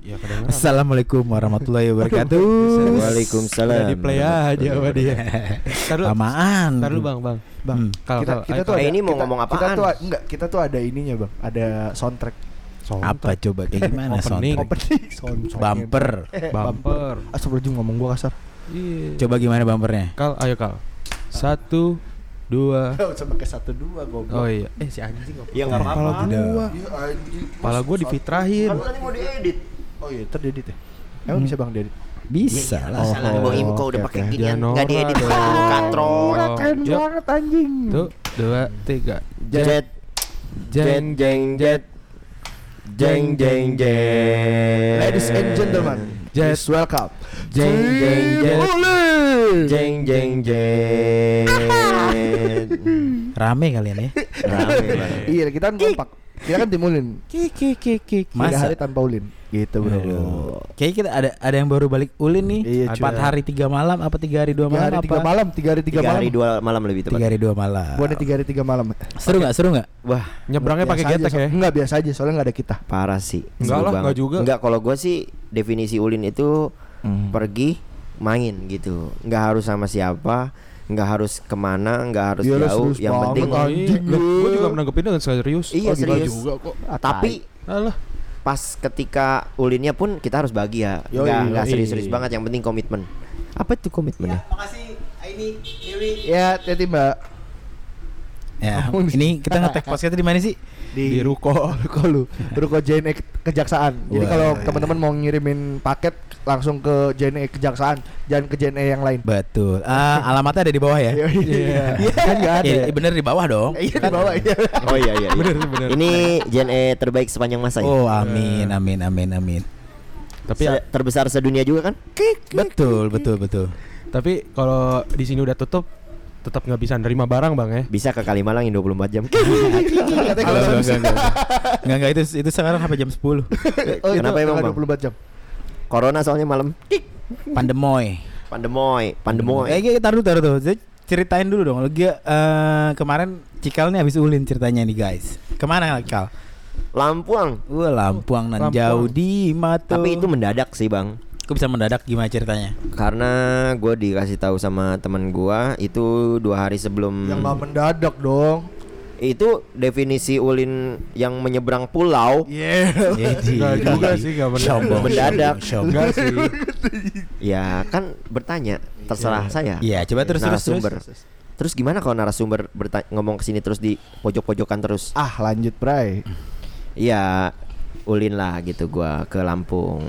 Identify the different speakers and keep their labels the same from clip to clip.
Speaker 1: Ya, kedengeran.
Speaker 2: Assalamualaikum warahmatullahi wabarakatuh.
Speaker 3: Waalaikumsalam.
Speaker 1: Udah di play aja sama dia. Ntar dulu,
Speaker 2: Lamaan.
Speaker 1: ntar dulu bang, bang, bang.
Speaker 2: Hmm.
Speaker 1: Kalau
Speaker 4: kita
Speaker 1: kalau-
Speaker 4: kita tuh
Speaker 3: Eh,
Speaker 4: ada-
Speaker 3: ini mau
Speaker 4: kita-
Speaker 3: ngomong
Speaker 4: Kita
Speaker 3: apaan?
Speaker 4: tuh a- enggak, kita tuh ada ininya, Bang. Ada soundtrack.
Speaker 1: soundtrack,
Speaker 2: Apa coba kayak gimana
Speaker 1: Opening.
Speaker 2: soundtrack?
Speaker 4: Opening soundtrack.
Speaker 2: Bumper.
Speaker 1: bumper.
Speaker 4: Astagfirullahaladzim Ah, ngomong gua kasar.
Speaker 1: Iya.
Speaker 2: Coba gimana bumpernya?
Speaker 1: Kal, ayo kal. Satu, dua.
Speaker 4: Enggak usah pakai satu dua goblok.
Speaker 1: Oh iya. Eh si anjing kok.
Speaker 3: Ya nggak
Speaker 2: Kalau
Speaker 3: apa-apa.
Speaker 2: tidak.
Speaker 4: Iya, anjing.
Speaker 1: Kepala gue difitrahin.
Speaker 3: Kan tadi mau diedit.
Speaker 4: Oh iya, ntar diedit ya. Emang bisa Bang diedit?
Speaker 2: Bisa lah.
Speaker 4: Oh.
Speaker 3: Salah Bang Imko udah
Speaker 4: oke,
Speaker 1: Eh,
Speaker 3: pakai
Speaker 4: oke.
Speaker 3: ginian
Speaker 1: Jangan
Speaker 3: nggak
Speaker 1: norak
Speaker 3: diedit
Speaker 1: dong.
Speaker 3: katrol.
Speaker 1: Oh, yuk. Satu, dua, tiga.
Speaker 3: Jet jet
Speaker 1: Jeng,
Speaker 3: jeng jet jeng jeng jeng.
Speaker 4: Ladies and gentlemen,
Speaker 1: Jet.
Speaker 4: please welcome.
Speaker 3: Jeng jeng jet jeng jeng jet.
Speaker 2: Rame kalian ya.
Speaker 3: Rame banget.
Speaker 4: Iya, kita kan kompak. Kita kan timulin.
Speaker 1: kiki, kiki,
Speaker 4: Tiga
Speaker 2: Masa?
Speaker 4: hari tanpa ulin. Gitu, Bro.
Speaker 2: Aduh. Kayaknya kita ada ada yang baru balik ulin nih.
Speaker 4: Iya, cuy.
Speaker 2: Empat hari tiga malam apa tiga hari dua
Speaker 4: Tiga
Speaker 2: malam
Speaker 4: hari
Speaker 2: apa?
Speaker 4: tiga malam, tiga hari tiga
Speaker 3: Tiga
Speaker 4: malam.
Speaker 3: hari dua malam lebih
Speaker 2: Tiga
Speaker 3: tepat.
Speaker 2: hari dua malam.
Speaker 4: Gua ada tiga hari tiga malam.
Speaker 2: Seru nggak? Seru nggak?
Speaker 3: Wah
Speaker 1: Nyebrangnya pakai
Speaker 4: Biasa aja,
Speaker 1: getek
Speaker 4: so-
Speaker 1: ya.
Speaker 4: Enggak biasa aja, soalnya enggak ada kita.
Speaker 3: parah sih.
Speaker 1: Enggak
Speaker 3: Seru
Speaker 1: lah,
Speaker 3: banget.
Speaker 1: enggak juga.
Speaker 3: Enggak kalau gua sih definisi ulin itu Hmm. pergi main gitu. Enggak harus sama siapa. Enggak harus kemana, enggak harus
Speaker 4: Iya, lu
Speaker 3: jauh.
Speaker 4: serius
Speaker 3: Yang
Speaker 4: banget,
Speaker 3: penting
Speaker 4: anjing.
Speaker 1: Iya. Loh, gue juga menanggapin dengan serius.
Speaker 3: Iya
Speaker 4: Oh, enggak
Speaker 3: serius.
Speaker 4: juga kok. Ah,
Speaker 3: Tapi
Speaker 1: Alah,
Speaker 3: pas ketika ulinnya pun kita harus bahagia.
Speaker 4: Yoi,
Speaker 3: Enggak enggak
Speaker 1: yoi.
Speaker 3: serius-serius banget yang penting komitmen. Apa itu komitmen ya?
Speaker 5: makasih Aini Dewi
Speaker 4: Ya, tadi Mbak
Speaker 2: Ya, ini kita ngetek podcastnya di mana sih?
Speaker 3: Iya.
Speaker 1: di ruko.
Speaker 4: ruko lu, ruko JNE Ke- Kejaksaan.
Speaker 2: Wah.
Speaker 4: Jadi
Speaker 3: iya,
Speaker 4: kalau teman-teman mau ngirimin paket langsung ke JNE Kejaksaan, jangan ke JNE yang lain.
Speaker 2: Betul. Ah, alamatnya ada di bawah ya.
Speaker 4: Iya. Kan enggak ada.
Speaker 2: Iya, bener di bawah dong.
Speaker 4: Iya, di bawah iya.
Speaker 3: Oh iya iya. iya.
Speaker 1: Bener, bener.
Speaker 3: Ini Gen E terbaik sepanjang masa ya.
Speaker 2: Oh, amin, amin, amin, amin.
Speaker 1: Tapi
Speaker 3: Se- terbesar sedunia juga kan?
Speaker 2: Betul, betul, betul.
Speaker 1: tapi kalau di sini udah tutup, tetap nggak bisa nerima barang bang ya.
Speaker 3: Bisa ke Kalimalang in 24 jam.
Speaker 2: Enggak, enggak, enggak, enggak. Enggak, enggak, itu itu sekarang sampai jam 10.
Speaker 4: Oh, itu
Speaker 3: Kenapa emang,
Speaker 4: tanggal
Speaker 3: Bang? Hmm.
Speaker 4: 24 jam.
Speaker 3: Corona soalnya malam.
Speaker 2: Pandemoy.
Speaker 3: Pandemoy, pandemoy.
Speaker 2: Eh, kita taruh taruh tuh. Jadi Ceritain dulu dong. Lagi eh, kemarin Cikal nih habis ulin ceritanya nih, guys. Kemana Cikal?
Speaker 3: Lampuang.
Speaker 2: Wah, Lampuang
Speaker 1: Lampuang.
Speaker 2: nan jauh di mata.
Speaker 3: Tapi itu mendadak sih, Bang.
Speaker 2: kok bisa mendadak gimana ceritanya?
Speaker 3: Karena gue dikasih tahu sama teman gua itu dua hari sebelum
Speaker 4: Yang nggak mendadak dong.
Speaker 3: itu definisi ulin yang menyeberang pulau
Speaker 1: Nggak
Speaker 2: Jadi
Speaker 1: juga sih, nggak mendadak.
Speaker 2: Sombong,
Speaker 3: Mendadak.
Speaker 2: sombong, sombong.
Speaker 1: Enggak sih.
Speaker 3: ya kan bertanya terserah saya
Speaker 2: Iya, coba terus terus
Speaker 3: narasumber
Speaker 2: terus.
Speaker 3: terus, gimana kalau narasumber berta- ngomong kesini terus di pojok-pojokan terus
Speaker 4: Ah, lanjut, Bray.
Speaker 3: Iya ulin lah gitu gua ke Lampung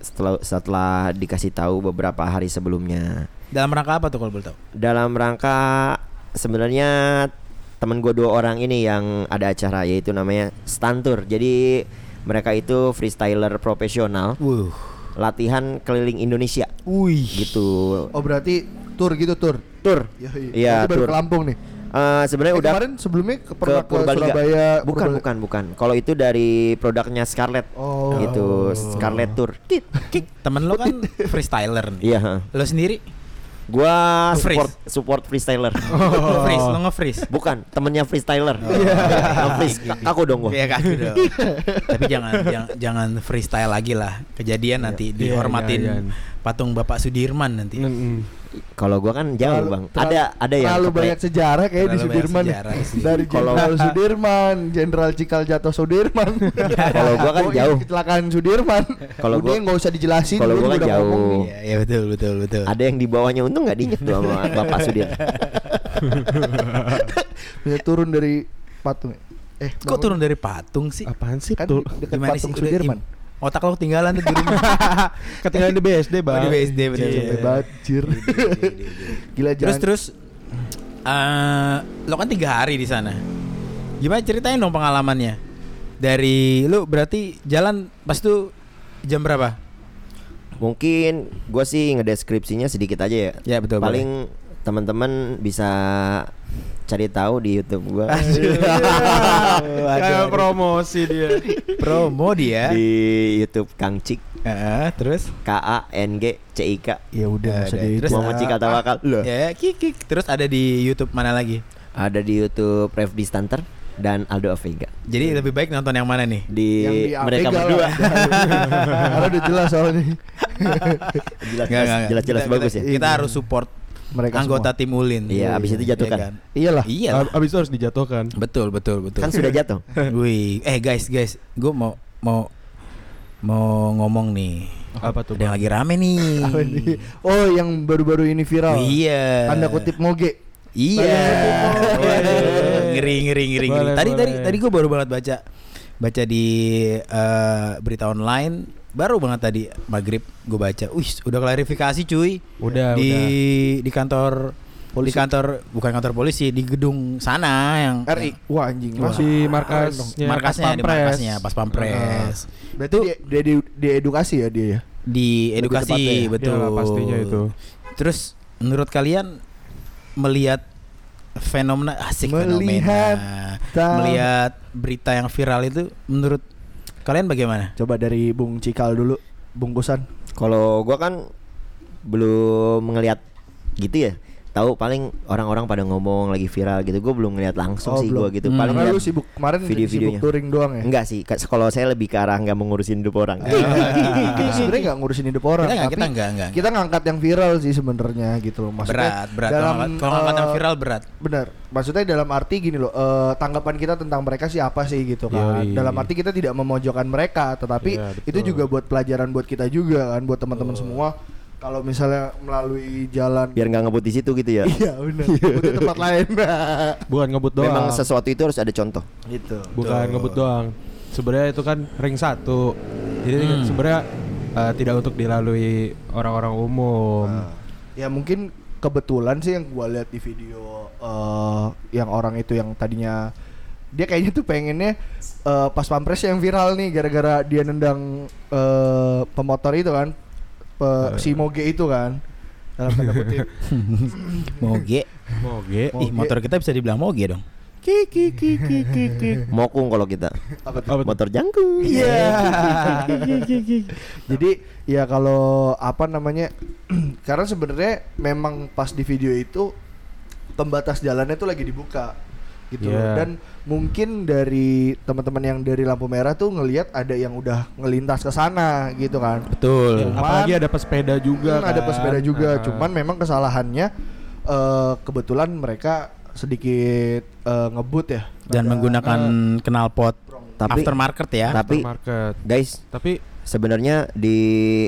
Speaker 3: setelah setelah dikasih tahu beberapa hari sebelumnya
Speaker 2: Dalam rangka apa tuh kalau boleh tahu?
Speaker 3: dalam rangka sebenarnya temen gue dua orang ini yang ada acara yaitu namanya Stantur jadi mereka itu freestyler profesional
Speaker 2: Wuh.
Speaker 3: latihan keliling Indonesia
Speaker 2: Wih.
Speaker 3: gitu
Speaker 4: Oh, berarti tour gitu tour.
Speaker 3: tur
Speaker 4: Berarti
Speaker 3: iya
Speaker 4: baru
Speaker 3: tur
Speaker 4: ke Lampung nih.
Speaker 3: Eh, sebenarnya
Speaker 4: Eh,
Speaker 3: udah
Speaker 4: kemarin sebelumnya ke,
Speaker 3: ke
Speaker 4: pernah ke,
Speaker 3: Purbalingga
Speaker 4: Surabaya.
Speaker 3: bukan
Speaker 4: Purbal-
Speaker 3: bukan bukan kalau itu dari produknya Scarlett
Speaker 4: Oh.
Speaker 3: gitu Scarlett Tour
Speaker 2: Temen lo kan freestyler nih.
Speaker 3: iya ha.
Speaker 2: Lo sendiri?
Speaker 3: gua
Speaker 2: Freeze.
Speaker 3: support support freestyler
Speaker 2: Lo freeze, lo nge-freeze.
Speaker 3: bukan temennya freestyler
Speaker 4: Oh. Iya.
Speaker 3: freeze aku Oh. dong gua
Speaker 2: Iya kan gitu. Tapi jangan jangan, jangan freestyle lagi lah. Kejadian nanti
Speaker 1: iya,
Speaker 2: dihormatin
Speaker 1: iya, iya.
Speaker 2: patung Bapak Sudirman nanti.
Speaker 1: Mm-mm.
Speaker 3: kalau gua kan jauh
Speaker 4: Terlalu-
Speaker 3: bang
Speaker 4: terlalu-
Speaker 3: ada ada ya, yang
Speaker 4: terlalu
Speaker 3: kepe-
Speaker 4: banyak sejarah kayak di
Speaker 2: Terlalu banyak
Speaker 4: Sudirman
Speaker 2: sejarah di sini.
Speaker 4: dari
Speaker 3: Kalau-
Speaker 4: Jenderal Sudirman Jenderal Cikal jatuh Sudirman
Speaker 3: Kalau gua kan
Speaker 4: Oh, ini
Speaker 3: jauh.
Speaker 4: kecelakaan Sudirman
Speaker 3: Kalau
Speaker 4: udah
Speaker 3: gua-
Speaker 4: nggak usah dijelasin
Speaker 3: kalau
Speaker 4: dulu
Speaker 3: gua kan
Speaker 4: udah ngomong
Speaker 3: jauh
Speaker 4: nih.
Speaker 2: Iya, iya betul betul betul.
Speaker 3: ada yang di bawahnya untung nggak diinjek tuh sama bapak Sudir
Speaker 4: bisa turun dari patung eh
Speaker 2: Kok turun dari patung sih?
Speaker 1: Apaan sih
Speaker 4: kan
Speaker 1: tuh?
Speaker 4: dekat
Speaker 2: Gimana
Speaker 4: patung
Speaker 2: Udah
Speaker 4: Sudirman
Speaker 2: im- Otak lo ketinggalan tuh di rumah.
Speaker 1: Ketinggalan di BSD bang.
Speaker 2: Oh, di BSD, bener.
Speaker 1: Iya.
Speaker 4: capek banget jir gila
Speaker 2: terus
Speaker 4: jangan
Speaker 2: terus eh, lo kan tiga hari di sana. Gimana ceritain dong pengalamannya? Dari lu berarti jalan pas itu jam berapa?
Speaker 3: mungkin gue sih ngedeskripsinya sedikit aja ya.
Speaker 2: Ya, betul,
Speaker 3: Paling teman-teman bisa cari tahu di YouTube gua
Speaker 1: Kayak promosi dia.
Speaker 2: Promo dia.
Speaker 3: di YouTube Kang Cik
Speaker 2: Heeh, terus
Speaker 3: K A N G C I K
Speaker 4: ya udah nggak usah
Speaker 2: Ada,
Speaker 4: di-
Speaker 2: terus-
Speaker 3: Muhammad Cika Tawakal
Speaker 2: ya kikik terus ada di YouTube mana lagi?
Speaker 3: ada di YouTube Revdi Stanter dan Aldo Vega
Speaker 2: Jadi lebih baik nonton yang mana nih?
Speaker 3: di,
Speaker 4: Yang di
Speaker 3: mereka
Speaker 4: Afrika
Speaker 3: berdua
Speaker 4: lah. Karena udah jelas soalnya
Speaker 3: jelas
Speaker 2: Nggak, nggak,
Speaker 3: jelas,
Speaker 2: nggak.
Speaker 3: jelas, jelas
Speaker 2: Kita-
Speaker 3: bagus ya
Speaker 2: kita, Kita harus support
Speaker 4: Iya. mereka
Speaker 2: anggota tim Ulin.
Speaker 3: Iya, abis itu jatuhkan.
Speaker 2: Iya kan?
Speaker 4: Iya lah.
Speaker 2: Iya. lah.
Speaker 1: Ab- Abis itu harus dijatuhkan.
Speaker 2: Betul, betul, betul.
Speaker 3: kan sudah jatuh
Speaker 2: Wih, eh guys, guys, gue mau mau mau ngomong nih.
Speaker 1: Apa tuh?
Speaker 2: Oh, Ada yang lagi rame nih.
Speaker 4: Apa ini? Oh, yang baru-baru ini viral.
Speaker 2: Iya.
Speaker 4: Tanda kutip moge.
Speaker 2: Iya.
Speaker 1: Boleh.
Speaker 2: ngeri ngeri ngeri ngeri.
Speaker 1: Boleh,
Speaker 2: Tadi tadi
Speaker 1: boleh.
Speaker 2: tadi gue baru banget baca baca di eh, berita online baru banget tadi maghrib gue baca. Wih, udah klarifikasi cuy.
Speaker 1: Udah,
Speaker 2: di
Speaker 1: Ya, udah.
Speaker 2: di kantor polisi. Di kantor bukan kantor polisi di gedung sana yang
Speaker 4: RI. Wah, anjing.
Speaker 1: Wah.
Speaker 4: Masih
Speaker 1: Di
Speaker 4: Keren
Speaker 1: markasnya.
Speaker 2: markasnya
Speaker 1: Ya, Pas
Speaker 2: di
Speaker 1: Pampres. Iya,
Speaker 2: markasnya pas pampres.
Speaker 4: berarti dia, dia, di- dia edukasi ya dia ya.
Speaker 2: di
Speaker 4: Lebih tepatnya
Speaker 2: edukasi
Speaker 4: ya.
Speaker 2: betul
Speaker 1: Iyalah, pastinya itu.
Speaker 2: terus menurut kalian melihat fenomena asik
Speaker 4: Melihat
Speaker 2: fenomena
Speaker 4: ta-
Speaker 2: melihat berita yang viral itu menurut kalian bagaimana
Speaker 4: Coba dari Bung Cikal dulu, bungkusan.
Speaker 3: Kalau gua kan belum ngelihat gitu ya. Tahu paling orang-orang pada ngomong lagi viral gitu. Gue belum ngelihat langsung
Speaker 4: Oh,
Speaker 3: sih
Speaker 4: belum.
Speaker 3: gua gitu.
Speaker 2: Hmm.
Speaker 3: Paling
Speaker 4: Karena
Speaker 3: lihat-
Speaker 4: lu sibuk kemarin
Speaker 3: video-videonya.
Speaker 4: sibuk touring doang ya.
Speaker 3: enggak sih. Ka- Kalau saya lebih ke arah nggak mengurusin hidup orang.
Speaker 4: Iya. Kita sebenarnya nggak ngurusin hidup orang,
Speaker 2: kita nggak
Speaker 4: tapi
Speaker 2: kita nggak nggak
Speaker 4: kita ngangkat yang viral sih sebenarnya gitu loh. Maksudnya
Speaker 2: berat berat
Speaker 4: dalam,
Speaker 2: kalau nggak- kalau nggak kata
Speaker 4: eh,
Speaker 2: viral berat
Speaker 4: Benar. Maksudnya dalam arti gini loh, eh, tanggapan kita tentang mereka sih apa sih gitu kan.
Speaker 1: Yoi.
Speaker 4: Dalam arti kita tidak memojokkan mereka, tetapi
Speaker 1: Iya, betul.
Speaker 4: itu juga buat pelajaran buat kita juga kan, buat teman-teman semua. Kalau misalnya melalui
Speaker 2: Iya.
Speaker 4: jalan
Speaker 3: Biar nggak ngebut di situ gitu ya.
Speaker 4: Iya benar. Butuh tempat lain.
Speaker 1: Bukan ngebut doang.
Speaker 3: Memang sesuatu itu harus ada contoh.
Speaker 4: gitu.
Speaker 1: Bukan ngebut doang. Sebenarnya itu kan ring satu. Jadi
Speaker 2: Hmm.
Speaker 1: sebenarnya eh, tidak untuk dilalui orang-orang umum.
Speaker 4: Ya mungkin kebetulan sih yang gua lihat di video eh yang orang itu yang tadinya dia kayaknya tuh pengennya eh, pas pampres yang viral nih gara-gara dia nendang eh, pemotor itu kan Pe- si moge itu kan dalam tanda kutip
Speaker 2: moge
Speaker 1: Moge.
Speaker 2: ih
Speaker 4: Moge.
Speaker 2: motor kita bisa dibilang moge dong
Speaker 3: Mokung kalau kita.
Speaker 4: apa tuh?
Speaker 1: Apa tuh?
Speaker 3: Motor jangkung.
Speaker 1: Gitu.
Speaker 4: Iya. Jadi ya kalau apa namanya karena sebenarnya memang pas di video itu pembatas jalannya tuh lagi dibuka gitu loh.
Speaker 1: Iya.
Speaker 4: dan mungkin dari teman-teman yang dari lampu merah tuh ngelihat ada yang udah ngelintas ke sana gitu kan.
Speaker 1: Ya,
Speaker 2: betul
Speaker 1: Apalagi ada pesepeda juga.
Speaker 4: Hmm, ada
Speaker 1: kan.
Speaker 4: pesepeda juga,
Speaker 1: Ah.
Speaker 4: cuman memang kesalahannya eh, kebetulan mereka sedikit eh, ngebut ya.
Speaker 2: dan
Speaker 4: Pada-
Speaker 2: menggunakan knalpot
Speaker 3: Tapi
Speaker 2: aftermarket ya
Speaker 3: tapi
Speaker 1: Supermarket.
Speaker 3: guys,
Speaker 1: Tapi
Speaker 3: sebenarnya di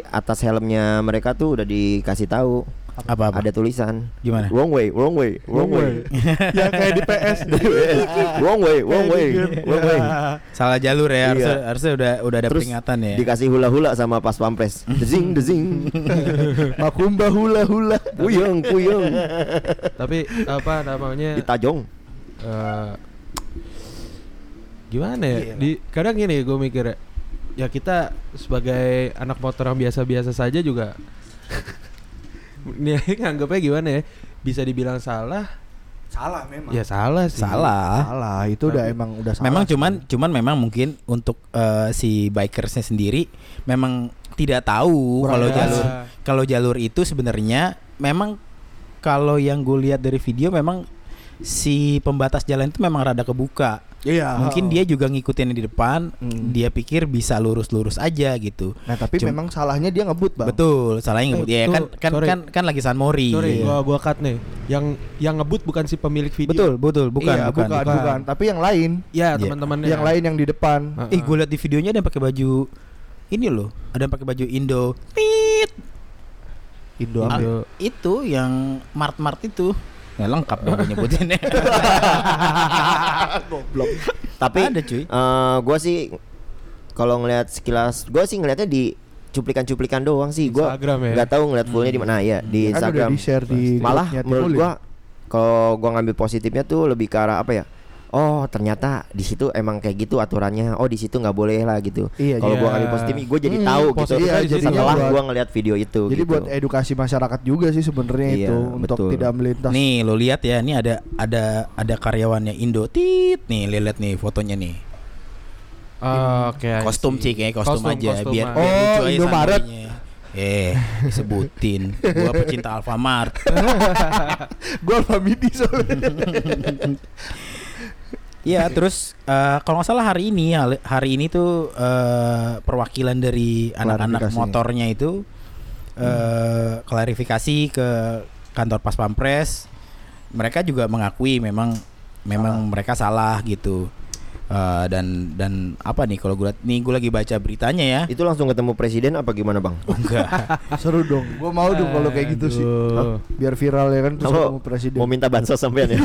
Speaker 3: atas helmnya mereka tuh udah dikasih tahu
Speaker 2: apa apa
Speaker 3: ada tulisan
Speaker 2: gimana
Speaker 3: wrong way, wrong way, wrong, way.
Speaker 1: ya kayak di PS.
Speaker 3: wrong way, wrong way, wrong way.
Speaker 2: salah jalur
Speaker 3: Iya.
Speaker 2: ya harusnya, harusnya udah udah ada
Speaker 3: Terus
Speaker 2: peringatan ya
Speaker 3: Dikasih hula-hula sama pas pampres. Dezing, dezing.
Speaker 4: Makumba hula hula.
Speaker 3: Puyeng, puyeng.
Speaker 1: Tapi apa namanya?
Speaker 3: Ditajong.
Speaker 1: eh, gimana ya?
Speaker 4: Iya.
Speaker 1: Di kadang gini gue mikir ya, ya kita sebagai anak motor yang biasa-biasa saja juga nih nganggapnya gimana ya? Bisa dibilang salah?
Speaker 4: Salah memang.
Speaker 1: Ya salah sih.
Speaker 2: salah
Speaker 4: Salah, itu udah
Speaker 1: Tapi-
Speaker 4: emang udah salah.
Speaker 2: Memang cuman cuman memang mungkin untuk eh, si bikersnya sendiri memang tidak tahu
Speaker 4: Kurang
Speaker 2: kalau
Speaker 1: Ya.
Speaker 4: jelas.
Speaker 2: jalur kalau jalur itu sebenarnya memang kalau yang gue lihat dari video memang si pembatas jalan itu memang rada kebuka. Eh,
Speaker 4: Iya.
Speaker 2: Mungkin dia juga ngikutin yang di depan,
Speaker 4: Hmm.
Speaker 2: dia pikir bisa lurus-lurus aja gitu.
Speaker 4: Nah, tapi
Speaker 2: Cum-
Speaker 4: memang salahnya dia ngebut, Bang. Eh,
Speaker 2: Betul, salahnya ngebut.
Speaker 1: tuh,
Speaker 2: Ya kan kan,
Speaker 1: sorry.
Speaker 2: kan kan lagi San Mori.
Speaker 1: Sorry,
Speaker 2: Iya.
Speaker 1: gua gua cut nih. Yang yang ngebut bukan si pemilik video.
Speaker 2: Betul, betul, bukan,
Speaker 4: Iya,
Speaker 2: bukan.
Speaker 4: bukan,
Speaker 1: bukan.
Speaker 4: bukan. Tapi yang lain,
Speaker 1: Ya,
Speaker 2: Iya.
Speaker 1: teman-teman
Speaker 4: yang lain yang di depan. kan
Speaker 1: Heeh.
Speaker 2: Ih, gue liat di videonya ada yang pakai baju ini loh, ada yang pakai baju Indo. Tit.
Speaker 4: Indo
Speaker 2: Ah,
Speaker 4: apa?
Speaker 1: Indo.
Speaker 2: itu yang mart mart itu ya, lengkap dong gue nyebutinnya
Speaker 4: Goblok.
Speaker 3: Tapi
Speaker 2: ada cuy
Speaker 3: eh gua sih kalau ngelihat sekilas, gua sih ngelihatnya di cuplikan-cuplikan doang sih. Gua
Speaker 1: Instagram ya.
Speaker 3: nggak tahu ngelihat fullnya di mana. Nah, ya, di
Speaker 4: Kan udah
Speaker 3: Instagram.
Speaker 4: di-share di
Speaker 3: Malah
Speaker 4: grupnya tim
Speaker 3: menurut
Speaker 4: Ulin.
Speaker 3: gua kalau gua ngambil positifnya tuh lebih ke arah apa ya? Oh, ternyata di situ emang kayak gitu aturannya. Oh, di situ nggak boleh lah gitu.
Speaker 4: Iya,
Speaker 3: Kalau gua
Speaker 1: Iya.
Speaker 3: ngambil positifnya, gua jadi
Speaker 4: Hmm,
Speaker 3: tahu gitu.
Speaker 1: positifnya di situ.
Speaker 3: setelah
Speaker 4: Iya, buat-
Speaker 3: gua ngelihat video itu.
Speaker 4: Jadi
Speaker 3: gitu.
Speaker 4: buat edukasi masyarakat juga sih sebenarnya
Speaker 3: Iya,
Speaker 4: itu untuk
Speaker 3: betul.
Speaker 4: tidak melintas.
Speaker 2: nih lo lihat ya ini ada ada ada karyawannya Indo tit nih lo lihat nih fotonya nih
Speaker 1: Ah, Oke. I
Speaker 2: kostum
Speaker 1: see.
Speaker 2: sih kayak kostum,
Speaker 1: Kostum,
Speaker 2: ah. aja
Speaker 1: kostum
Speaker 2: biar
Speaker 1: aja.
Speaker 2: biar aja
Speaker 4: Oh, Indomaret.
Speaker 2: santuinya. eh sebutin gua pecinta Alfamart
Speaker 4: gua pamit di soalnya.
Speaker 2: Iya, terus eh, kalau nggak salah hari ini hari- hari ini tuh eh, perwakilan dari anak-anak
Speaker 4: Klarifikasi.
Speaker 2: motornya itu eh klarifikasi ke kantor Pas Pampres. Mereka juga mengakui memang memang mereka salah gitu. Eh, dan dan apa nih kalau gue liat- nih gue lagi baca beritanya ya.
Speaker 3: Itu langsung ketemu presiden apa gimana bang?
Speaker 2: Enggak.
Speaker 4: Seru dong. Gua mau dong kalau kayak gitu sih.
Speaker 1: Aduh.
Speaker 4: Hah? Biar viral ya kan terus
Speaker 3: Kalau
Speaker 4: ketemu presiden.
Speaker 3: Mau minta bansos sampean ya?
Speaker 4: Iya.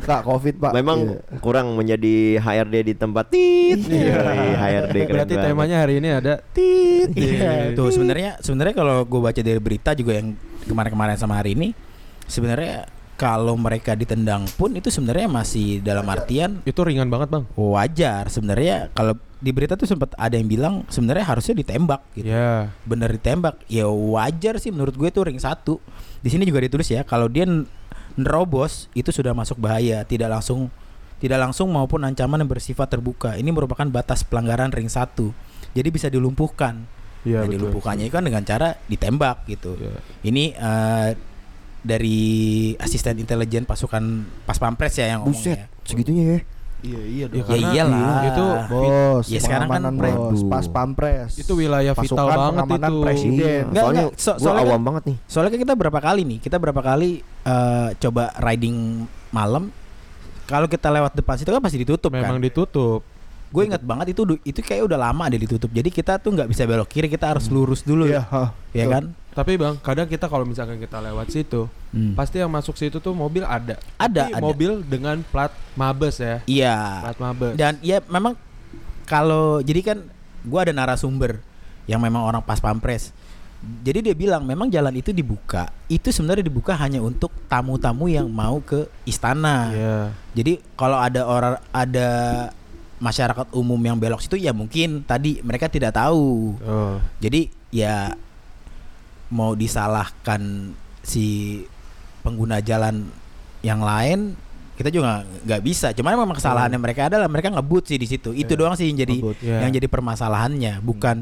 Speaker 4: Kak Covid, Pak.
Speaker 3: Memang
Speaker 4: Iya.
Speaker 3: kurang menjadi HRD di tempat Iya, tit.
Speaker 2: Iya,
Speaker 3: Yoi, HRD keren
Speaker 1: Berarti
Speaker 3: banget.
Speaker 1: temanya hari ini ada
Speaker 2: Tit.
Speaker 1: Iya.
Speaker 2: Tuh sebenarnya sebenarnya kalau gue baca dari berita juga yang kemarin-kemarin sama hari ini sebenarnya kalau mereka ditendang pun itu sebenarnya masih dalam artian
Speaker 1: itu ringan banget bang.
Speaker 2: wajar sebenarnya kalau di berita tuh sempat ada yang bilang sebenarnya harusnya ditembak gitu.
Speaker 1: Ya.
Speaker 2: Bener ditembak. Ya wajar sih menurut gue itu ring satu. Di sini juga ditulis ya kalau dia n- nerobos itu sudah masuk bahaya, tidak langsung tidak langsung maupun ancaman yang bersifat terbuka. Ini merupakan batas pelanggaran ring satu. Jadi bisa dilumpuhkan
Speaker 1: Iya
Speaker 2: nah,
Speaker 1: betul.
Speaker 2: dilumpuhkannya itu kan dengan cara ditembak gitu.
Speaker 1: Iya.
Speaker 2: Ini eh, dari asisten intelijen pasukan Pas Pampres ya yang
Speaker 3: Buset,
Speaker 2: ngomongnya.
Speaker 3: segitunya ya.
Speaker 4: Iya, iya dong.
Speaker 1: Ya, karena
Speaker 2: iyalah.
Speaker 1: Itu
Speaker 4: Ah, Bos,
Speaker 2: Ya, sekarang kan
Speaker 4: pengamanan
Speaker 2: pre-
Speaker 4: bos, pas pampres.
Speaker 1: itu wilayah vital
Speaker 4: Pasukan
Speaker 1: banget
Speaker 4: pengamanan
Speaker 1: itu.
Speaker 4: presiden. Iya.
Speaker 2: Enggak,
Speaker 3: Soalnya
Speaker 2: enggak. So-
Speaker 3: gua
Speaker 2: soalnya
Speaker 3: awam banget nih.
Speaker 2: Soalnya kan kita berapa kali nih? Kita berapa kali eh, coba riding malam? Kalau kita lewat depan situ kan pasti ditutup
Speaker 1: Memang
Speaker 2: kan.
Speaker 1: ditutup.
Speaker 2: Gue ingat banget itu du- itu kayak udah lama ada ditutup. Jadi kita tuh nggak bisa belok kiri, kita harus lurus dulu ya,
Speaker 4: Iya, hah,
Speaker 2: ya
Speaker 4: betul.
Speaker 2: kan?
Speaker 1: Tapi bang, kadang kita kalau misalkan kita lewat situ,
Speaker 2: Hmm.
Speaker 1: pasti yang masuk situ tuh mobil ada.
Speaker 2: Ada,
Speaker 1: Tapi
Speaker 2: ada.
Speaker 1: mobil dengan plat Mabes ya.
Speaker 2: Iya.
Speaker 1: Plat Mabes.
Speaker 2: Dan ya memang kalau jadi kan gua ada narasumber yang memang orang pas pampres. Jadi dia bilang memang jalan itu dibuka. Itu sebenarnya dibuka hanya untuk tamu-tamu yang mau ke istana.
Speaker 1: Iya.
Speaker 2: Jadi kalau ada orang ada masyarakat umum yang belok situ ya mungkin tadi mereka tidak tahu.
Speaker 1: Oh.
Speaker 2: Jadi ya mau disalahkan si pengguna jalan yang lain kita juga nggak- nggak bisa. Cuman memang kesalahannya mereka adalah mereka ngebut sih di situ. Itu doang sih yang jadi
Speaker 1: Hmm. Ngebut, iya. Hmm.
Speaker 2: yang jadi permasalahannya, bukan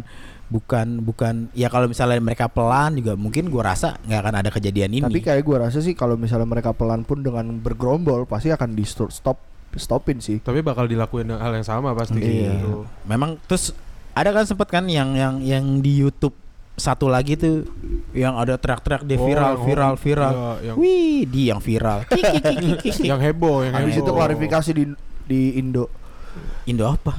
Speaker 2: bukan bukan ya kalau misalnya mereka pelan juga mungkin gua rasa nggak akan ada kejadian ini.
Speaker 4: Tapi kayak gua rasa sih kalau misalnya mereka pelan pun dengan bergerombol pasti akan di stop stopin sih.
Speaker 1: Tapi bakal dilakuin hal yang sama pasti
Speaker 4: Iya.
Speaker 1: gitu.
Speaker 2: Memang terus ada kan sempet kan yang yang yang di YouTube satu lagi tuh yang ada teriak-teriak dia
Speaker 1: Oh,
Speaker 2: viral
Speaker 1: yang-
Speaker 2: viral viral.
Speaker 1: Iya, yang,
Speaker 2: Wih, dia yang viral. Kik, kik, kik, kik, kik, kik.
Speaker 1: yang heboh, yang
Speaker 4: Habis
Speaker 1: heboh.
Speaker 4: itu klarifikasi di di Indo.
Speaker 2: Indo apa?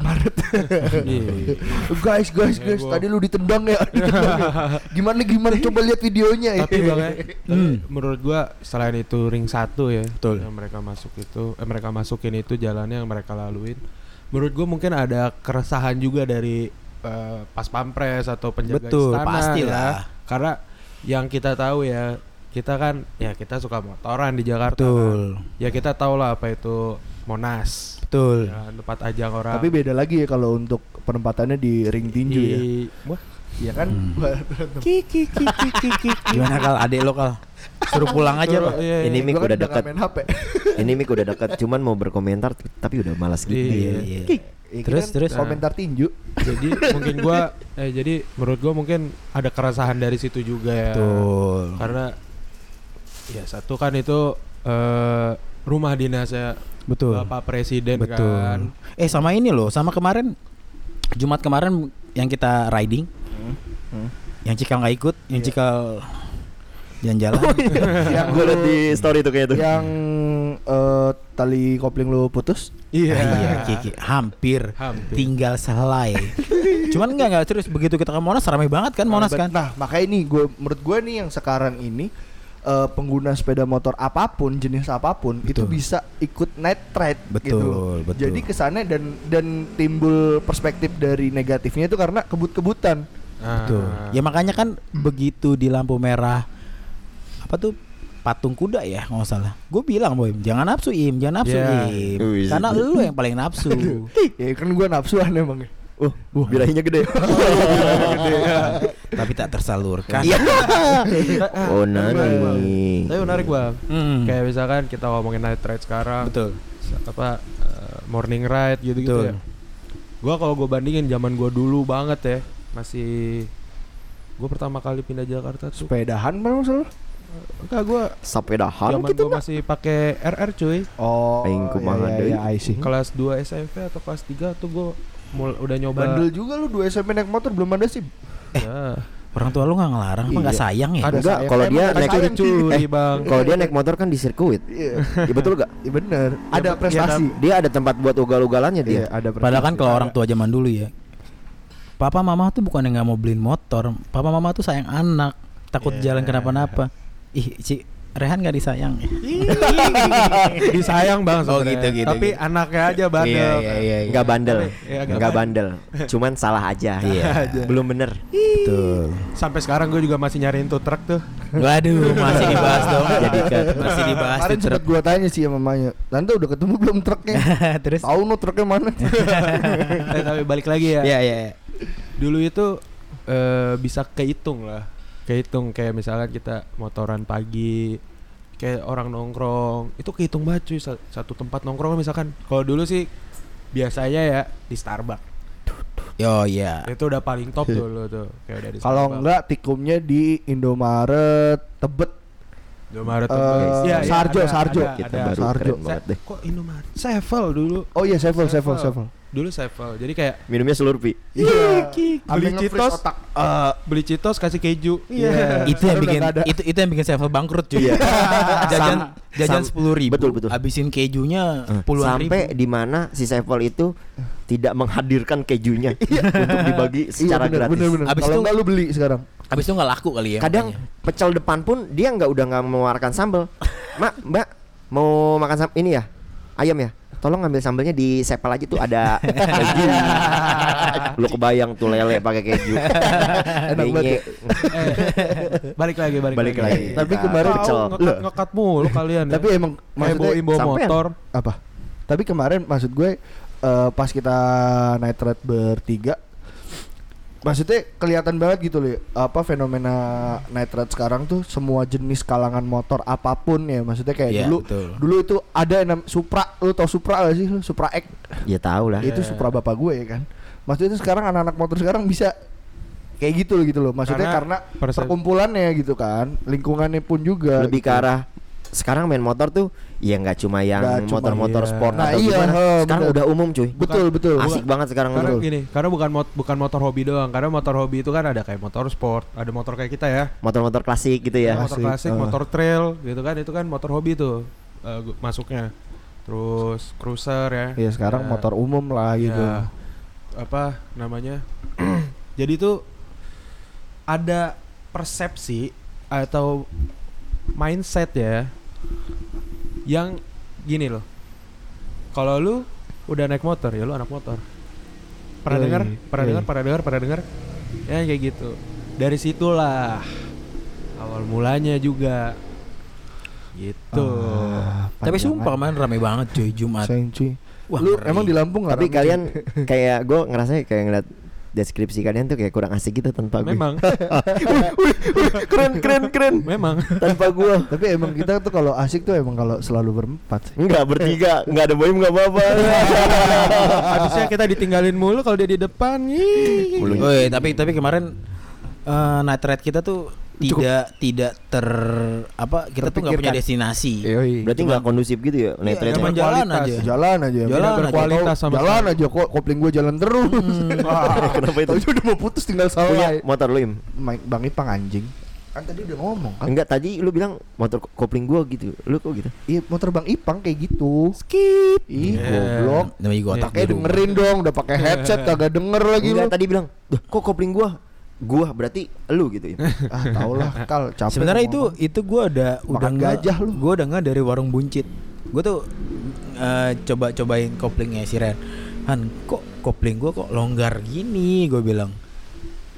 Speaker 1: Iya.
Speaker 4: Guys, guys, guys,
Speaker 1: Heboh.
Speaker 4: tadi lu ditendang ya. ditendang ya. gimana gimana coba lihat videonya ya.
Speaker 1: tapi bang ya, tapi
Speaker 2: Hmm.
Speaker 1: menurut gua selain itu ring satu ya
Speaker 2: Betul.
Speaker 1: yang mereka masuk itu eh, mereka masukin itu jalannya yang mereka laluin menurut gua mungkin ada keresahan juga dari eh, pas pampres atau penjaga
Speaker 2: Betul,
Speaker 1: istana
Speaker 2: pastilah.
Speaker 1: ya. karena yang kita tahu ya kita kan ya kita suka motoran di Jakarta
Speaker 2: Betul.
Speaker 1: kan. ya kita tahu lah apa itu Monas
Speaker 2: Betul.
Speaker 1: ya, tempat ajang orang
Speaker 4: Tapi beda lagi ya kalau untuk penempatannya di ring tinju ya.
Speaker 1: Di- Wah,
Speaker 4: Iya kan?
Speaker 2: Kik, kik, kik, kik, kik, kik. Gimana kal adek lo kal? Suruh pulang aja,
Speaker 1: suruh-
Speaker 2: Pak.
Speaker 1: iya, iya.
Speaker 3: Ini
Speaker 4: Gua
Speaker 3: mic
Speaker 4: kan
Speaker 3: udah
Speaker 4: nggak
Speaker 3: dekat.
Speaker 4: main HP.
Speaker 3: Ini mic udah dekat. Cuman mau berkomentar tapi udah malas gitu.
Speaker 1: Iya.
Speaker 2: iya.
Speaker 4: Ya,
Speaker 2: Terus,
Speaker 4: kita kan
Speaker 2: terus.
Speaker 4: komentar tinju.
Speaker 1: jadi mungkin gua eh jadi menurut gua mungkin ada keresahan dari situ juga ya
Speaker 2: Betul.
Speaker 1: karena ya satu kan itu eh, rumah dinasnya
Speaker 2: Betul.
Speaker 1: Bapak Presiden kan.
Speaker 2: Betul. Eh sama ini loh, sama kemarin Jumat kemarin yang kita riding,
Speaker 1: Hmm.
Speaker 2: yang Cikal nggak ikut,
Speaker 1: Iya.
Speaker 2: yang Cikal jalan-jalan.
Speaker 1: Oh,
Speaker 4: yang Ya.
Speaker 3: Gue liat di story tuh kayak tuh.
Speaker 4: yang eh, tali kopling lu putus.
Speaker 1: Iya.
Speaker 2: Ah, iya, Kiki. Hampir,
Speaker 1: Hampir.
Speaker 2: tinggal selai. Cuman nggak nggak terus begitu kita ke Monas ramai banget kan Monas kan?
Speaker 4: Nah, makanya ini gue menurut gue nih yang sekarang ini eh, pengguna sepeda motor apapun jenis apapun
Speaker 2: Betul.
Speaker 4: itu bisa ikut night ride gitu.
Speaker 2: Betul,
Speaker 4: loh.
Speaker 2: betul.
Speaker 4: Jadi kesannya dan dan timbul perspektif dari negatifnya itu karena kebut-kebutan.
Speaker 1: Ah,
Speaker 2: Betul. Ya makanya kan begitu di lampu merah apa tuh patung kuda ya nggak salah. Gue bilang boy, jangan nafsu im, jangan nafsu
Speaker 1: Ya.
Speaker 2: im,
Speaker 3: Wih.
Speaker 2: karena lu yang paling nafsu.
Speaker 4: ya kan gue nafsuan emang. ya. Oh,
Speaker 3: Uh, birahinya gede.
Speaker 2: Tapi tak tersalurkan.
Speaker 3: Iya.
Speaker 1: Ah,
Speaker 3: oh
Speaker 1: Bang.
Speaker 3: nani.
Speaker 4: Iya.
Speaker 1: Tapi menarik bang.
Speaker 2: Hmm.
Speaker 1: Kayak misalkan kita ngomongin night ride sekarang,
Speaker 2: Betul.
Speaker 1: sa- apa eh, morning ride gitu-gitu
Speaker 2: Betul.
Speaker 1: ya. Gua kalau gue bandingin zaman gua dulu banget ya, masih gue pertama kali pindah Jakarta tuh
Speaker 4: Sepedahan memang selalu.
Speaker 1: Enggak gua
Speaker 3: sepedahan
Speaker 1: zaman
Speaker 3: gitu
Speaker 1: gua
Speaker 3: nah.
Speaker 1: masih pakai RR cuy.
Speaker 2: Hmm.
Speaker 4: Oh,
Speaker 3: Aing kumaha
Speaker 4: iya,
Speaker 3: deui.
Speaker 4: iya, iya, I see.
Speaker 1: Kelas 2 SMP atau kelas 3 tuh gua mul- udah nyoba.
Speaker 4: Bandel juga lu dua SMP naik motor belum ada sih.
Speaker 1: Ya.
Speaker 2: Orang tua lu nggak ngelarang, apa nggak
Speaker 4: Iya.
Speaker 2: sayang ya?
Speaker 1: Ada
Speaker 3: Enggak,
Speaker 4: sayang.
Speaker 3: kalau
Speaker 4: Eh,
Speaker 3: dia
Speaker 4: bukan
Speaker 3: naik
Speaker 4: sayang sih.
Speaker 1: Curi,
Speaker 3: eh,
Speaker 1: Bang.
Speaker 3: kalau dia naik motor kan di sirkuit.
Speaker 4: Iya,
Speaker 3: Ya betul gak?
Speaker 4: iya bener. Ada prestasi.
Speaker 3: Dia ada tempat buat ugal-ugalannya dia.
Speaker 4: Iya, ada prestasi.
Speaker 2: Padahal kan kalau orang tua zaman dulu ya. Papa mama tuh bukan yang nggak mau beliin motor, papa mama tuh sayang anak, takut jalan kenapa-napa. Ih, Ci, Rehan gak disayang. ya?
Speaker 1: Disayang Bang
Speaker 2: Oh,
Speaker 1: sebenarnya.
Speaker 2: gitu, gitu,
Speaker 1: Tapi
Speaker 2: gitu. iya,
Speaker 1: anaknya aja
Speaker 3: Iya,
Speaker 1: bandel. kan.
Speaker 3: Enggak bandel.
Speaker 1: Iya, nggak
Speaker 3: Enggak bandel. Cuman salah aja. Iya. Belum bener.
Speaker 2: Betul.
Speaker 1: Sampai sekarang gua juga masih nyariin tuh truk tuh.
Speaker 2: Waduh, masih dibahas dong.
Speaker 3: Iya.
Speaker 2: Jadi kan masih dibahas di
Speaker 4: Kemarin sempet
Speaker 2: truk.
Speaker 4: gua tanya sih sama mamanya. Tante udah ketemu belum truknya?
Speaker 2: Terus
Speaker 4: Tahu no truknya mana?
Speaker 3: Iya,
Speaker 1: Eh, Tapi balik lagi ya.
Speaker 2: ya ya. ya.
Speaker 1: dulu itu eh, bisa kehitung lah kehitung kayak misalkan kita motoran pagi kayak orang nongkrong itu kehitung banget cuy sa- satu tempat nongkrong misalkan kalau dulu sih biasanya ya di Starbucks
Speaker 2: Yo ya.
Speaker 1: itu udah paling top dulu tuh kayak udah di
Speaker 4: Kalau enggak tikumnya di Indomaret Tebet.
Speaker 1: Indomaret
Speaker 4: eh,
Speaker 1: tuh. Iya, iya,
Speaker 4: Sarjo,
Speaker 1: ada,
Speaker 4: Sarjo.
Speaker 1: ada,
Speaker 3: Kita
Speaker 1: ada.
Speaker 3: baru
Speaker 4: Sarjo.
Speaker 3: keren
Speaker 1: Sa-
Speaker 3: banget deh.
Speaker 1: kok Indomaret Sevel dulu
Speaker 4: Oh iya, Sevel, Sevel,
Speaker 1: Sevel.
Speaker 4: Sevel.
Speaker 1: dulu Sevel jadi kayak
Speaker 3: Minumnya selurpi.
Speaker 1: Iya, Ki.
Speaker 4: Ambil
Speaker 1: beli
Speaker 4: nge-freeze
Speaker 1: citos,
Speaker 4: otak.
Speaker 1: eh, beli citos kasih keju.
Speaker 4: Iya.
Speaker 2: Itu yang
Speaker 4: Sekarang
Speaker 2: bikin
Speaker 4: udah nggak ada.
Speaker 2: itu itu yang bikin Sevel bangkrut cuy.
Speaker 3: Iya.
Speaker 2: jajan
Speaker 3: Sam-
Speaker 2: jajan
Speaker 3: sam-
Speaker 2: sepuluh ribu.
Speaker 3: betul, betul. Hmm.
Speaker 2: Habisin kejunya puluhan ribu.
Speaker 3: Sampai di mana si Sevel itu tidak menghadirkan kejunya untuk dibagi secara
Speaker 4: iya, bener,
Speaker 3: gratis.
Speaker 4: Bener, bener.
Speaker 2: Abis
Speaker 4: Kalau
Speaker 2: itu-
Speaker 4: enggak lu beli sekarang.
Speaker 2: Habis itu nggak laku
Speaker 4: Iya,
Speaker 2: kali ya.
Speaker 3: Kadang
Speaker 2: makanya.
Speaker 3: pecel depan pun dia nggak udah nggak mengeluarkan sambel. Mak, Mbak mau makan sam ini ya? Ayam ya? Tolong ngambil sambelnya di sepel aja tuh ada keju. Lu kebayang tuh lele pakai keju.
Speaker 4: Enak banget. ya.
Speaker 3: Bengek.
Speaker 1: Eh, balik lagi, balik,
Speaker 3: Balik lagi.
Speaker 4: Tapi
Speaker 3: Nah,
Speaker 4: kemarin-
Speaker 3: pecel.
Speaker 1: Tahu ngekat ngekat mulu kalian. ya.
Speaker 4: Tapi emang
Speaker 1: kayak bawa
Speaker 4: maksudnya
Speaker 1: imbo
Speaker 3: sampean.
Speaker 1: motor.
Speaker 4: apa? Tapi kemarin maksud gue eh, pas kita night ride bertiga maksudnya kelihatan banget gitu loh ya, apa fenomena night ride sekarang tuh semua jenis kalangan motor apapun ya maksudnya kayak
Speaker 2: Iya,
Speaker 4: dulu
Speaker 2: betul.
Speaker 4: dulu itu ada yang nam- Supra lu tau Supra gak sih lu Supra X
Speaker 3: Ya tahu lah.
Speaker 4: itu Supra bapak gue ya kan maksudnya itu sekarang anak-anak motor sekarang bisa kayak gitu loh gitu loh maksudnya karena,
Speaker 1: Karena persep-
Speaker 4: perkumpulannya gitu kan lingkungannya pun juga
Speaker 3: Lebih ke
Speaker 4: gitu.
Speaker 3: arah sekarang main motor tuh ya nggak cuma
Speaker 4: Nggak
Speaker 3: yang
Speaker 4: cuma-
Speaker 3: motor-motor
Speaker 1: iya.
Speaker 3: sport
Speaker 4: Nah,
Speaker 3: atau
Speaker 4: iya,
Speaker 3: gimana.
Speaker 4: he,
Speaker 3: Sekarang
Speaker 4: bener.
Speaker 3: udah umum cuy.
Speaker 4: betul betul
Speaker 3: Asik banget sekarang
Speaker 1: Karena
Speaker 3: tuh.
Speaker 1: gini, karena bukan mot bukan motor hobi doang. Karena motor hobi itu kan ada kayak motor sport, ada motor kayak kita ya.
Speaker 3: Motor-motor klasik gitu ya.
Speaker 1: motor
Speaker 4: Klasik,
Speaker 1: klasik,
Speaker 4: ah.
Speaker 1: motor trail gitu kan. Itu kan motor hobi tuh eh, gu- masuknya. Terus cruiser ya.
Speaker 4: Iya sekarang
Speaker 1: Ya,
Speaker 4: motor umum lah
Speaker 1: ya,
Speaker 4: gitu.
Speaker 1: apa namanya? Jadi tuh ada persepsi atau mindset ya yang gini loh. Kalau lu udah naik motor ya lu anak motor. Pernah
Speaker 4: Yoi,
Speaker 1: dengar? Pernah
Speaker 4: yoi.
Speaker 1: dengar? Pernah dengar? Pernah dengar? Ya kayak gitu. Dari situlah awal mulanya juga gitu.
Speaker 4: Ah,
Speaker 2: Tapi sumpah kemarin rame banget cuy Jumat.
Speaker 4: Sayang cuy.
Speaker 2: Wah,
Speaker 4: lu
Speaker 2: ngeri.
Speaker 4: emang di Lampung nggak?
Speaker 3: Tapi
Speaker 4: rame,
Speaker 3: kalian
Speaker 4: cuy?
Speaker 3: kayak gue ngerasa kayak ngeliat deskripsi kalian tuh kayak kurang asik gitu tanpa gue.
Speaker 1: Memang,
Speaker 3: keren keren keren
Speaker 1: memang.
Speaker 3: tanpa gue.
Speaker 4: Tapi emang kita tuh kalau asik tuh emang kalau selalu berempat. sih.
Speaker 3: Enggak bertiga, enggak ada boim enggak apa-apa.
Speaker 1: Habisnya kita ditinggalin mulu kalau dia di depan. Ih.
Speaker 3: Bulunya.
Speaker 4: Iya.
Speaker 2: Woi, tapi tapi kemarin eh night ride kita tuh tidak tidak ter apa kita tuh nggak punya
Speaker 4: Terpikirkan.
Speaker 2: destinasi.
Speaker 4: Yoi.
Speaker 3: Berarti enggak kondusif gitu ya
Speaker 4: Iya,
Speaker 3: night ride.
Speaker 2: Emang
Speaker 1: Berkualitas.
Speaker 2: jalan aja.
Speaker 4: Ya, Jalan aja.
Speaker 2: Jalan
Speaker 4: Tidak
Speaker 2: aja.
Speaker 4: berkualitas sama Hmm, Jalan aja kok kopling gue jalan terus.
Speaker 3: Kenapa itu?
Speaker 4: Tapi udah mau putus tinggal
Speaker 3: Punya
Speaker 4: salah.
Speaker 3: motor lu Im?
Speaker 4: Ma- Bang Ipang anjing. Kan tadi udah ngomong kan.
Speaker 3: Enggak tadi lu bilang motor ko- kopling gua gitu. Lu kok gitu?
Speaker 4: Iya motor Bang Ipang kayak gitu. Skip. Ih
Speaker 1: Yeah.
Speaker 4: goblok.
Speaker 2: Namanya juga otak
Speaker 4: Pakai
Speaker 2: biru.
Speaker 4: Iya, dengerin dong, udah pakai headset kagak denger lagi lu.
Speaker 3: Enggak tadi bilang, "Duh, kok kopling gua?" Gua berarti lu gitu Im.
Speaker 4: Ah, tau lah kal capek.
Speaker 2: Sebenarnya itu
Speaker 4: ngomong.
Speaker 2: itu gua udah
Speaker 4: Makan
Speaker 2: udah nge-
Speaker 4: gajah lu.
Speaker 2: Gua udah nggak dari warung buncit. Gua tuh eh, coba-cobain koplingnya si Ren. Han, kok kopling gua kok longgar gini? Gua bilang.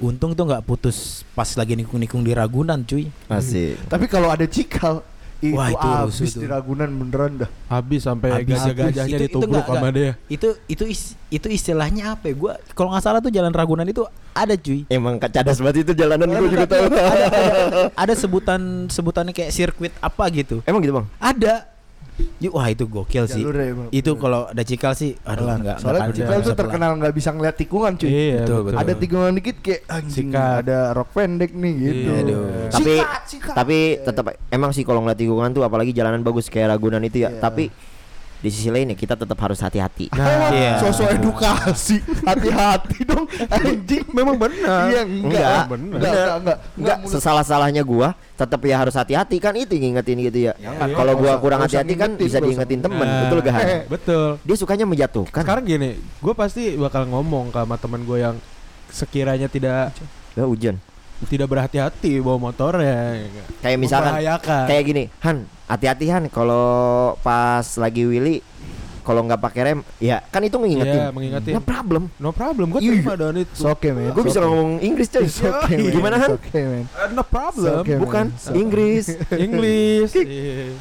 Speaker 2: Untung tuh nggak putus pas lagi nikung-nikung di Ragunan, cuy.
Speaker 3: Asik.
Speaker 4: Tapi kalau ada cikal itu,
Speaker 2: Wah, itu rusuh
Speaker 4: abis
Speaker 2: itu.
Speaker 4: di Ragunan beneran dah.
Speaker 1: Habis sampai
Speaker 2: Habis,
Speaker 1: gajah-gajahnya
Speaker 2: habis. Itu- itu
Speaker 1: ditubruk
Speaker 2: nggak-
Speaker 1: sama
Speaker 2: nggak.
Speaker 1: dia.
Speaker 2: Itu itu is- itu istilahnya apa ya? Gua kalau nggak salah tuh jalan Ragunan itu ada, cuy.
Speaker 3: Emang cadas banget itu jalanan gua juga tahu.
Speaker 2: ada, ada, ada sebutan sebutannya kayak sirkuit apa gitu.
Speaker 3: Emang gitu, Bang?
Speaker 2: Ada. Ju- Wah itu gokil Iya sih.
Speaker 4: Jalurnya emang.
Speaker 2: Itu kalau ada cikal sih aduh
Speaker 4: Pelan.
Speaker 2: enggak.
Speaker 4: Soalnya
Speaker 1: nggak
Speaker 4: Cikal
Speaker 1: bisa
Speaker 4: tuh terkenal nggak bisa ngeliat tikungan cuy.
Speaker 1: Iya,
Speaker 2: Betul, betul.
Speaker 4: Ada tikungan dikit kayak anjing
Speaker 1: Sikat.
Speaker 4: ada rok pendek nih gitu.
Speaker 1: Iya, aduh.
Speaker 3: Tapi
Speaker 4: Sikat, sikat.
Speaker 3: tapi tetap emang sih kalau ngeliat tikungan tuh apalagi jalanan bagus kayak Ragunan itu ya.
Speaker 4: Iya.
Speaker 3: Tapi di sisi lain ya kita tetap harus hati-hati.
Speaker 4: Nah,
Speaker 2: iya.
Speaker 4: sosok edukasi, hati-hati dong anjing.
Speaker 1: Memang benar.
Speaker 4: Iya, enggak.
Speaker 3: Enggak,
Speaker 1: bener.
Speaker 4: enggak, enggak, enggak, enggak,
Speaker 3: Enggak
Speaker 4: menurut-
Speaker 3: sesalah-salahnya gua tetap ya harus hati-hati kan itu yang ngingetin gitu ya.
Speaker 1: Jangan.
Speaker 3: Kalau
Speaker 4: Nggak
Speaker 3: gua
Speaker 4: usah-
Speaker 3: kurang
Speaker 4: nggak usah
Speaker 3: hati-hati kan
Speaker 4: ngingetin,
Speaker 3: bisa
Speaker 4: nggak usah
Speaker 3: diingetul temen,
Speaker 1: Nah,
Speaker 3: betul gak? Han? Kan-
Speaker 1: Betul.
Speaker 3: Dia sukanya menjatuhkan.
Speaker 1: Sekarang gini, gue pasti bakal ngomong ke sama teman gue yang sekiranya tidak
Speaker 3: Ya hujan.
Speaker 1: tidak berhati-hati bawa motornya. ya kan?
Speaker 3: Kayak misalkan
Speaker 1: membahayakan.
Speaker 3: kayak gini, Han, hati-hati Han kalau pas lagi Willy kalau nggak pakai rem, ya kan itu
Speaker 1: Iya,
Speaker 3: ngingetin.
Speaker 1: mengingatin.
Speaker 3: No problem.
Speaker 1: No problem, gue
Speaker 3: Iya.
Speaker 1: terima dan itu.
Speaker 4: It's okay, man.
Speaker 3: Gue bisa ngomong Inggris coy.
Speaker 4: It's okay, man.
Speaker 3: Gimana Han?
Speaker 4: It's okay, man.
Speaker 1: Eh, no problem.
Speaker 4: It's okay. man.
Speaker 3: Bukan Inggris.
Speaker 1: English. Iya.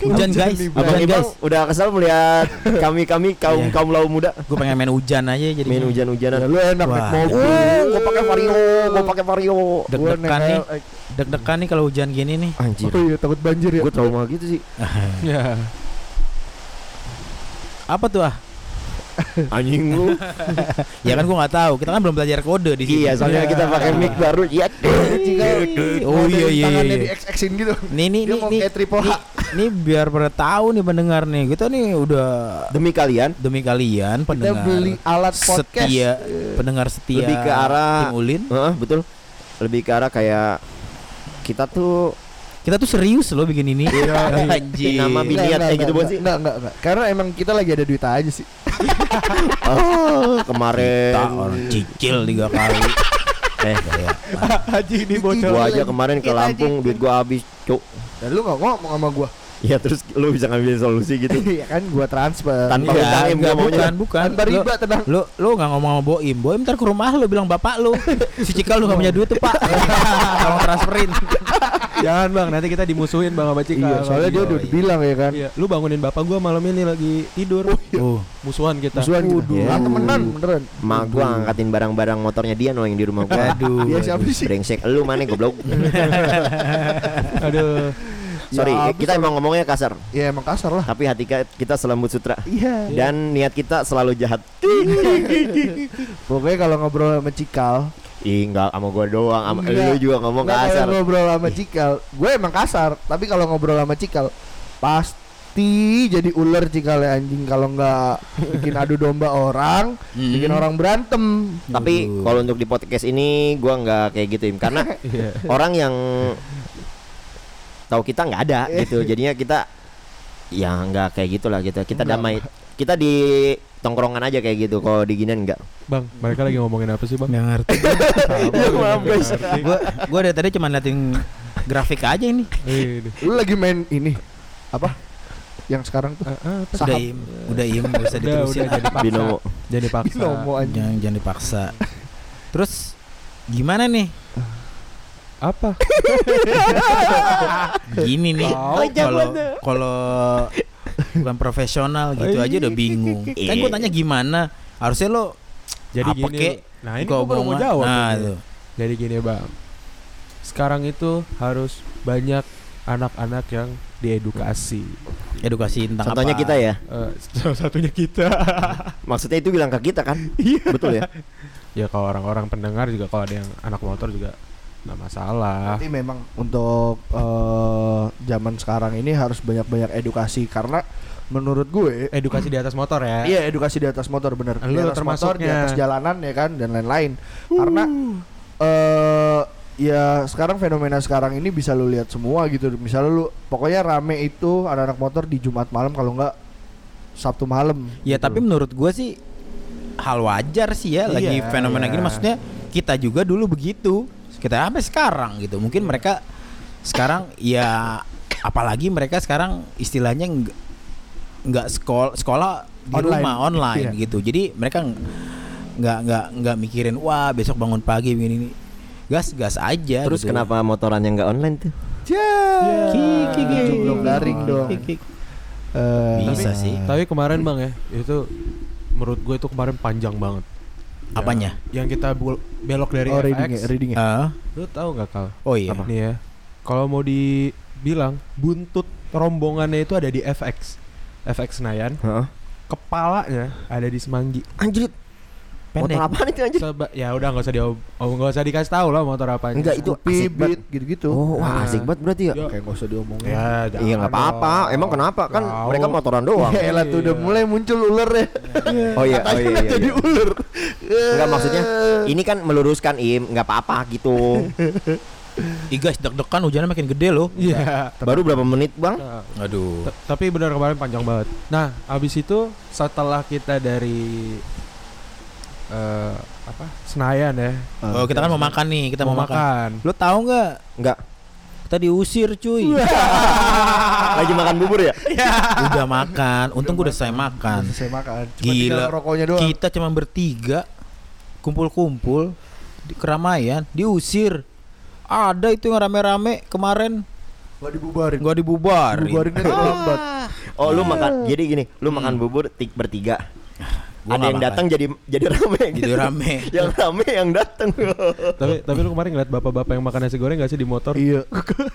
Speaker 2: Hujan guys,
Speaker 3: Abang
Speaker 4: Iya,
Speaker 2: hujan
Speaker 3: Ibang
Speaker 2: guys.
Speaker 3: udah kesal melihat kami-kami
Speaker 2: Iya.
Speaker 3: kaum kaum lau muda
Speaker 2: Gue pengen main hujan aja jadi.
Speaker 3: main
Speaker 4: Ya,
Speaker 3: hujan-hujanan.
Speaker 4: lu enak naik
Speaker 2: Wah.
Speaker 4: mobil.
Speaker 3: Uh, gue pakai vario, gue pakai vario.
Speaker 4: Gua naik
Speaker 2: Deg-degan nih,
Speaker 4: L- eh,
Speaker 2: deg-degan nih kalau hujan gini nih.
Speaker 3: Anjir,
Speaker 4: Oh iya, takut banjir ya.
Speaker 3: gue trauma gitu sih.
Speaker 1: Ya.
Speaker 2: Apa tuh ah?
Speaker 3: Anjing lu.
Speaker 2: Ya kan gua nggak tahu. Kita kan belum belajar kode di sini.
Speaker 3: Iya, soalnya kita pakai mic baru. Iya.
Speaker 2: Oh iya iya
Speaker 4: Tangannya
Speaker 2: iya.
Speaker 4: di X-X-in gitu.
Speaker 2: Nih nih
Speaker 4: Dia
Speaker 2: nih
Speaker 4: mau
Speaker 2: nih.
Speaker 4: kayak triple H.
Speaker 2: nih, Nih biar pada tahu nih pendengar nih. Kita nih udah
Speaker 3: Demi kalian,
Speaker 2: demi kalian
Speaker 4: Kita
Speaker 2: pendengar.
Speaker 4: beli alat podcast.
Speaker 2: setia Iya, pendengar setia
Speaker 3: Lebih ke arah-
Speaker 2: Tim Ulin.
Speaker 3: Heeh, betul. Lebih ke arah kayak kita tuh
Speaker 2: Kita tuh serius loh bikin ini. Anjir.
Speaker 3: Iya. Nama bi-
Speaker 4: Enggak,
Speaker 3: Biniat kayak
Speaker 4: enggak,
Speaker 3: gitu
Speaker 4: enggak,
Speaker 3: bukan sih?
Speaker 4: Enggak, enggak, enggak. Karena emang kita lagi ada duit aja sih.
Speaker 3: oh,
Speaker 2: Kita
Speaker 3: kemarin
Speaker 2: orang cicil tiga kali. eh,
Speaker 3: iya.
Speaker 2: kayak
Speaker 1: Haji ini
Speaker 3: gua
Speaker 1: bocor.
Speaker 3: aja kemarin ke Lampung duit gua habis, cuk.
Speaker 4: Dan lu enggak ngomong sama gua.
Speaker 3: Ya terus lu bisa ngambil solusi gitu.
Speaker 4: Iya kan gua transfer.
Speaker 3: Tanpa
Speaker 2: Iya,
Speaker 3: hutang, Im,
Speaker 2: enggak,
Speaker 3: gua maunya.
Speaker 2: bukan, bukan.
Speaker 4: Tanpa
Speaker 2: Lu-
Speaker 4: riba tenang.
Speaker 2: Lu lu nggak ngomong sama Boim. Boim ntar ke rumah lu bilang bapak lu. Si Cikal lu nggak punya duit tuh, Pak. Tolong transferin.
Speaker 1: Jangan bang, nanti kita dimusuhin bang sama Cika.
Speaker 4: Iya, soalnya dia
Speaker 2: Iya,
Speaker 4: udah
Speaker 2: iya.
Speaker 4: bilang ya kan.
Speaker 1: Iya, lu bangunin bapak gua malam ini lagi tidur.
Speaker 2: Oh,
Speaker 1: Musuhan kita.
Speaker 4: iya. Musuhan kita.
Speaker 3: Waduh.
Speaker 4: Ah, temenan beneran.
Speaker 3: Mak gua angkatin barang-barang motornya dia no yang di rumah gua.
Speaker 2: aduh.
Speaker 4: Dia Iya, siapa sih?
Speaker 3: Brengsek lu mana goblok.
Speaker 1: Aduh.
Speaker 3: Sorry,
Speaker 4: Ya,
Speaker 3: kita emang ngomongnya kasar,
Speaker 4: Ya emang kasar lah.
Speaker 3: tapi hati ka- kita selembut sutra
Speaker 4: Iya.
Speaker 3: dan niat kita selalu jahat.
Speaker 4: Pokoknya kalau ngobrol sama Cikal,
Speaker 3: Ih, enggak sama gua doang, sama lu
Speaker 4: Enggak.
Speaker 3: juga ngomong
Speaker 4: Nah,
Speaker 3: kasar.
Speaker 4: Kalau ngobrol sama Cikal, gue emang kasar, tapi kalau ngobrol sama Cikal pasti jadi ular Cikal ya, anjing kalau nggak bikin adu domba orang,
Speaker 2: Hmm.
Speaker 4: bikin orang berantem.
Speaker 3: Tapi
Speaker 2: Aduh.
Speaker 3: kalau untuk di podcast ini gua nggak kayak gitu Im karena
Speaker 1: Iya.
Speaker 3: orang yang tahu kita nggak ada gitu. Jadinya kita ya nggak kayak gitulah gitu. Kita damai. Kita di tongkrongan aja kayak gitu. Kalau di ginian enggak.
Speaker 1: Bang, mereka lagi ngomongin apa sih bang?
Speaker 2: Nggak ngerti.
Speaker 1: Iya, maaf guys.
Speaker 2: Gua gua dari tadi cuma liatin grafik aja ini.
Speaker 1: Iya,
Speaker 4: Lu lagi main ini apa? Yang sekarang tuh
Speaker 2: Udah
Speaker 4: saham.
Speaker 2: im, udah im,
Speaker 1: Ah,
Speaker 2: gak usah
Speaker 1: Udah, udah
Speaker 2: diterusin.
Speaker 1: jadi paksa.
Speaker 3: Binomo.
Speaker 1: Jadi paksa.
Speaker 4: Binomo anjing.
Speaker 3: ya.
Speaker 2: jangan jangan dipaksa. Terus gimana nih?
Speaker 1: Apa?
Speaker 2: Gini nih.
Speaker 1: Wow,
Speaker 2: Kalau kalau bukan profesional gitu aja udah bingung. Kan gua tanya gimana? Harusnya lo
Speaker 1: Jadi
Speaker 2: Apa
Speaker 1: gini.
Speaker 2: kek?
Speaker 1: Nah ini
Speaker 2: gua
Speaker 1: gua baru mau
Speaker 2: omongan-
Speaker 1: jawab.
Speaker 2: Nah,
Speaker 1: ini.
Speaker 2: tuh.
Speaker 1: Jadi gini bang, sekarang itu harus banyak anak-anak yang diedukasi.
Speaker 2: edukasi tentang
Speaker 3: Contohnya
Speaker 2: apa?
Speaker 3: kita ya.
Speaker 1: Eh, salah satunya kita.
Speaker 3: Maksudnya itu bilang ke kita kan?
Speaker 4: Iya.
Speaker 3: Betul ya?
Speaker 1: ya kalau orang-orang pendengar juga kalau ada yang anak motor juga nggak masalah.
Speaker 4: Tapi memang untuk eh, zaman sekarang ini harus banyak-banyak edukasi karena menurut gue
Speaker 1: Edukasi di atas motor ya.
Speaker 4: Iya edukasi di atas motor bener
Speaker 1: Lu
Speaker 4: Di atas motor,
Speaker 1: termasuknya.
Speaker 4: di atas jalanan ya kan dan lain-lain Karena eh ya sekarang fenomena sekarang ini bisa lu lihat semua gitu Misalnya lu pokoknya rame itu anak-anak motor di Jumat malam kalau enggak Sabtu malam
Speaker 2: Ya
Speaker 3: Iya.
Speaker 2: tapi menurut gua sih hal wajar sih ya lagi
Speaker 1: Iya,
Speaker 2: fenomena
Speaker 1: iya.
Speaker 2: gini maksudnya kita juga dulu begitu. Kita sampai sekarang gitu. Mungkin mereka sekarang ya apalagi mereka sekarang istilahnya nggak- nggak sekolah sekolah di
Speaker 4: Online.
Speaker 2: rumah online
Speaker 4: Iya.
Speaker 2: gitu. Jadi mereka ng- nggak nggak nggak mikirin wah besok bangun pagi begini ini. Gas gas aja
Speaker 3: Terus
Speaker 2: gitu.
Speaker 3: kenapa motoran yang nggak online tuh?
Speaker 4: Ya
Speaker 2: Ki- ki- ki-
Speaker 4: Jomblo daring dong
Speaker 2: ki- ki-
Speaker 4: Eh,
Speaker 2: Bisa sih.
Speaker 1: Tapi kemarin bang ya itu menurut gue itu kemarin panjang banget.
Speaker 2: Apanya?
Speaker 1: Yang kita bul- belok dari
Speaker 4: Oh reading ya
Speaker 1: FX.
Speaker 3: Ah,
Speaker 4: reading ya
Speaker 2: Eh,
Speaker 1: Lu tahu nggak kal?
Speaker 2: oh iya.
Speaker 1: Apa? Nih ya. kalau mau dibilang buntut rombongannya itu ada di FX. FX Senayan,
Speaker 3: Heeh.
Speaker 1: kepalanya ada di Semanggi.
Speaker 3: Anjir, motor
Speaker 2: Pendek.
Speaker 3: apaan itu anjir?
Speaker 1: Seba- ya udah nggak usah di oh, nggak usah dikasih tahu lah motor apa
Speaker 3: Enggak, itu
Speaker 4: Kopi,
Speaker 3: asik banget.
Speaker 4: beat gitu-gitu.
Speaker 3: Oh, wah asik banget berarti ya.
Speaker 4: Nah. Iya, Kayak gak usah diomongin.
Speaker 1: Ya,
Speaker 3: Iya nggak apa-apa. Emang kenapa? Kan mereka motoran doang.
Speaker 4: Ya elah tuh udah
Speaker 1: Iya.
Speaker 4: mulai muncul ular ya.
Speaker 3: Oh iya, oh iya, iya,
Speaker 4: jadi
Speaker 3: iya.
Speaker 4: ular.
Speaker 3: Enggak maksudnya ini kan meluruskan im, nggak apa-apa gitu.
Speaker 2: Ih guys, deg-degan hujannya makin gede loh.
Speaker 1: Iya.
Speaker 3: Baru berapa menit bang?
Speaker 1: Nah,
Speaker 2: Aduh.
Speaker 1: t- Tapi benar kemarin panjang banget. Nah, habis itu setelah kita dari eh apa? Senayan ya.
Speaker 2: Oh, kita kan mau makan nih, kita mau, makan. Lo tahu nggak?
Speaker 3: Enggak.
Speaker 2: Kita diusir cuy.
Speaker 3: Lagi makan bubur ya?
Speaker 2: udah makan. Untung gue udah selesai makan.
Speaker 4: Saya makan.
Speaker 2: Gila.
Speaker 4: tinggal Rokoknya doang.
Speaker 2: Kita cuma bertiga kumpul-kumpul di keramaian, diusir. Ada itu yang rame-rame kemarin
Speaker 4: Gak dibubarin.
Speaker 2: gua dibubarin.
Speaker 4: Dibubarinnya
Speaker 1: Ah.
Speaker 4: terlambat.
Speaker 3: Oh lu
Speaker 4: Hmm.
Speaker 3: makan. Jadi gini, lu makan bubur tik bertiga.
Speaker 2: Gua
Speaker 3: Ada
Speaker 2: nggak
Speaker 3: yang
Speaker 2: makan.
Speaker 3: datang jadi jadi rame gitu.
Speaker 2: Jadi rame.
Speaker 3: yang rame yang datang.
Speaker 1: Tapi tapi lu kemarin ngeliat bapak-bapak yang makan nasi goreng gak sih di motor?
Speaker 4: Iya.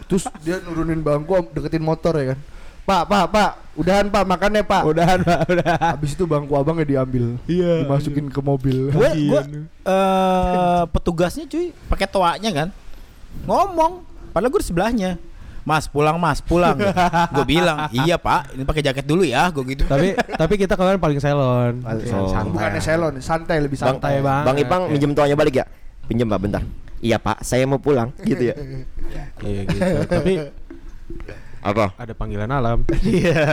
Speaker 4: Terus dia nurunin bangku deketin motor ya kan. Pak, pak, pak, udahan pak makannya pak.
Speaker 1: Udahan, Pak, udah.
Speaker 4: Habis itu bangku abangnya diambil,
Speaker 1: Iya.
Speaker 4: dimasukin ke mobil.
Speaker 2: gue gue eh petugasnya cuy pakai toanya kan ngomong padahal gue di sebelahnya Mas pulang mas pulang Gue bilang iya pak ini pakai jaket dulu ya Gue gitu
Speaker 1: tapi tapi kita kemarin paling selon.
Speaker 4: Paling
Speaker 1: Iya,
Speaker 3: selon.
Speaker 1: santai.
Speaker 4: Bukannya selon, santai lebih
Speaker 3: Bang, eh,
Speaker 4: santai.
Speaker 1: Santai banget.
Speaker 3: Bang Ipang
Speaker 1: Iya.
Speaker 3: minjem tuanya balik ya? Pinjem pak bentar. Iya pak, saya mau pulang gitu ya.
Speaker 1: Iya gitu. tapi
Speaker 3: Apa?
Speaker 1: ada panggilan alam,
Speaker 4: Iya.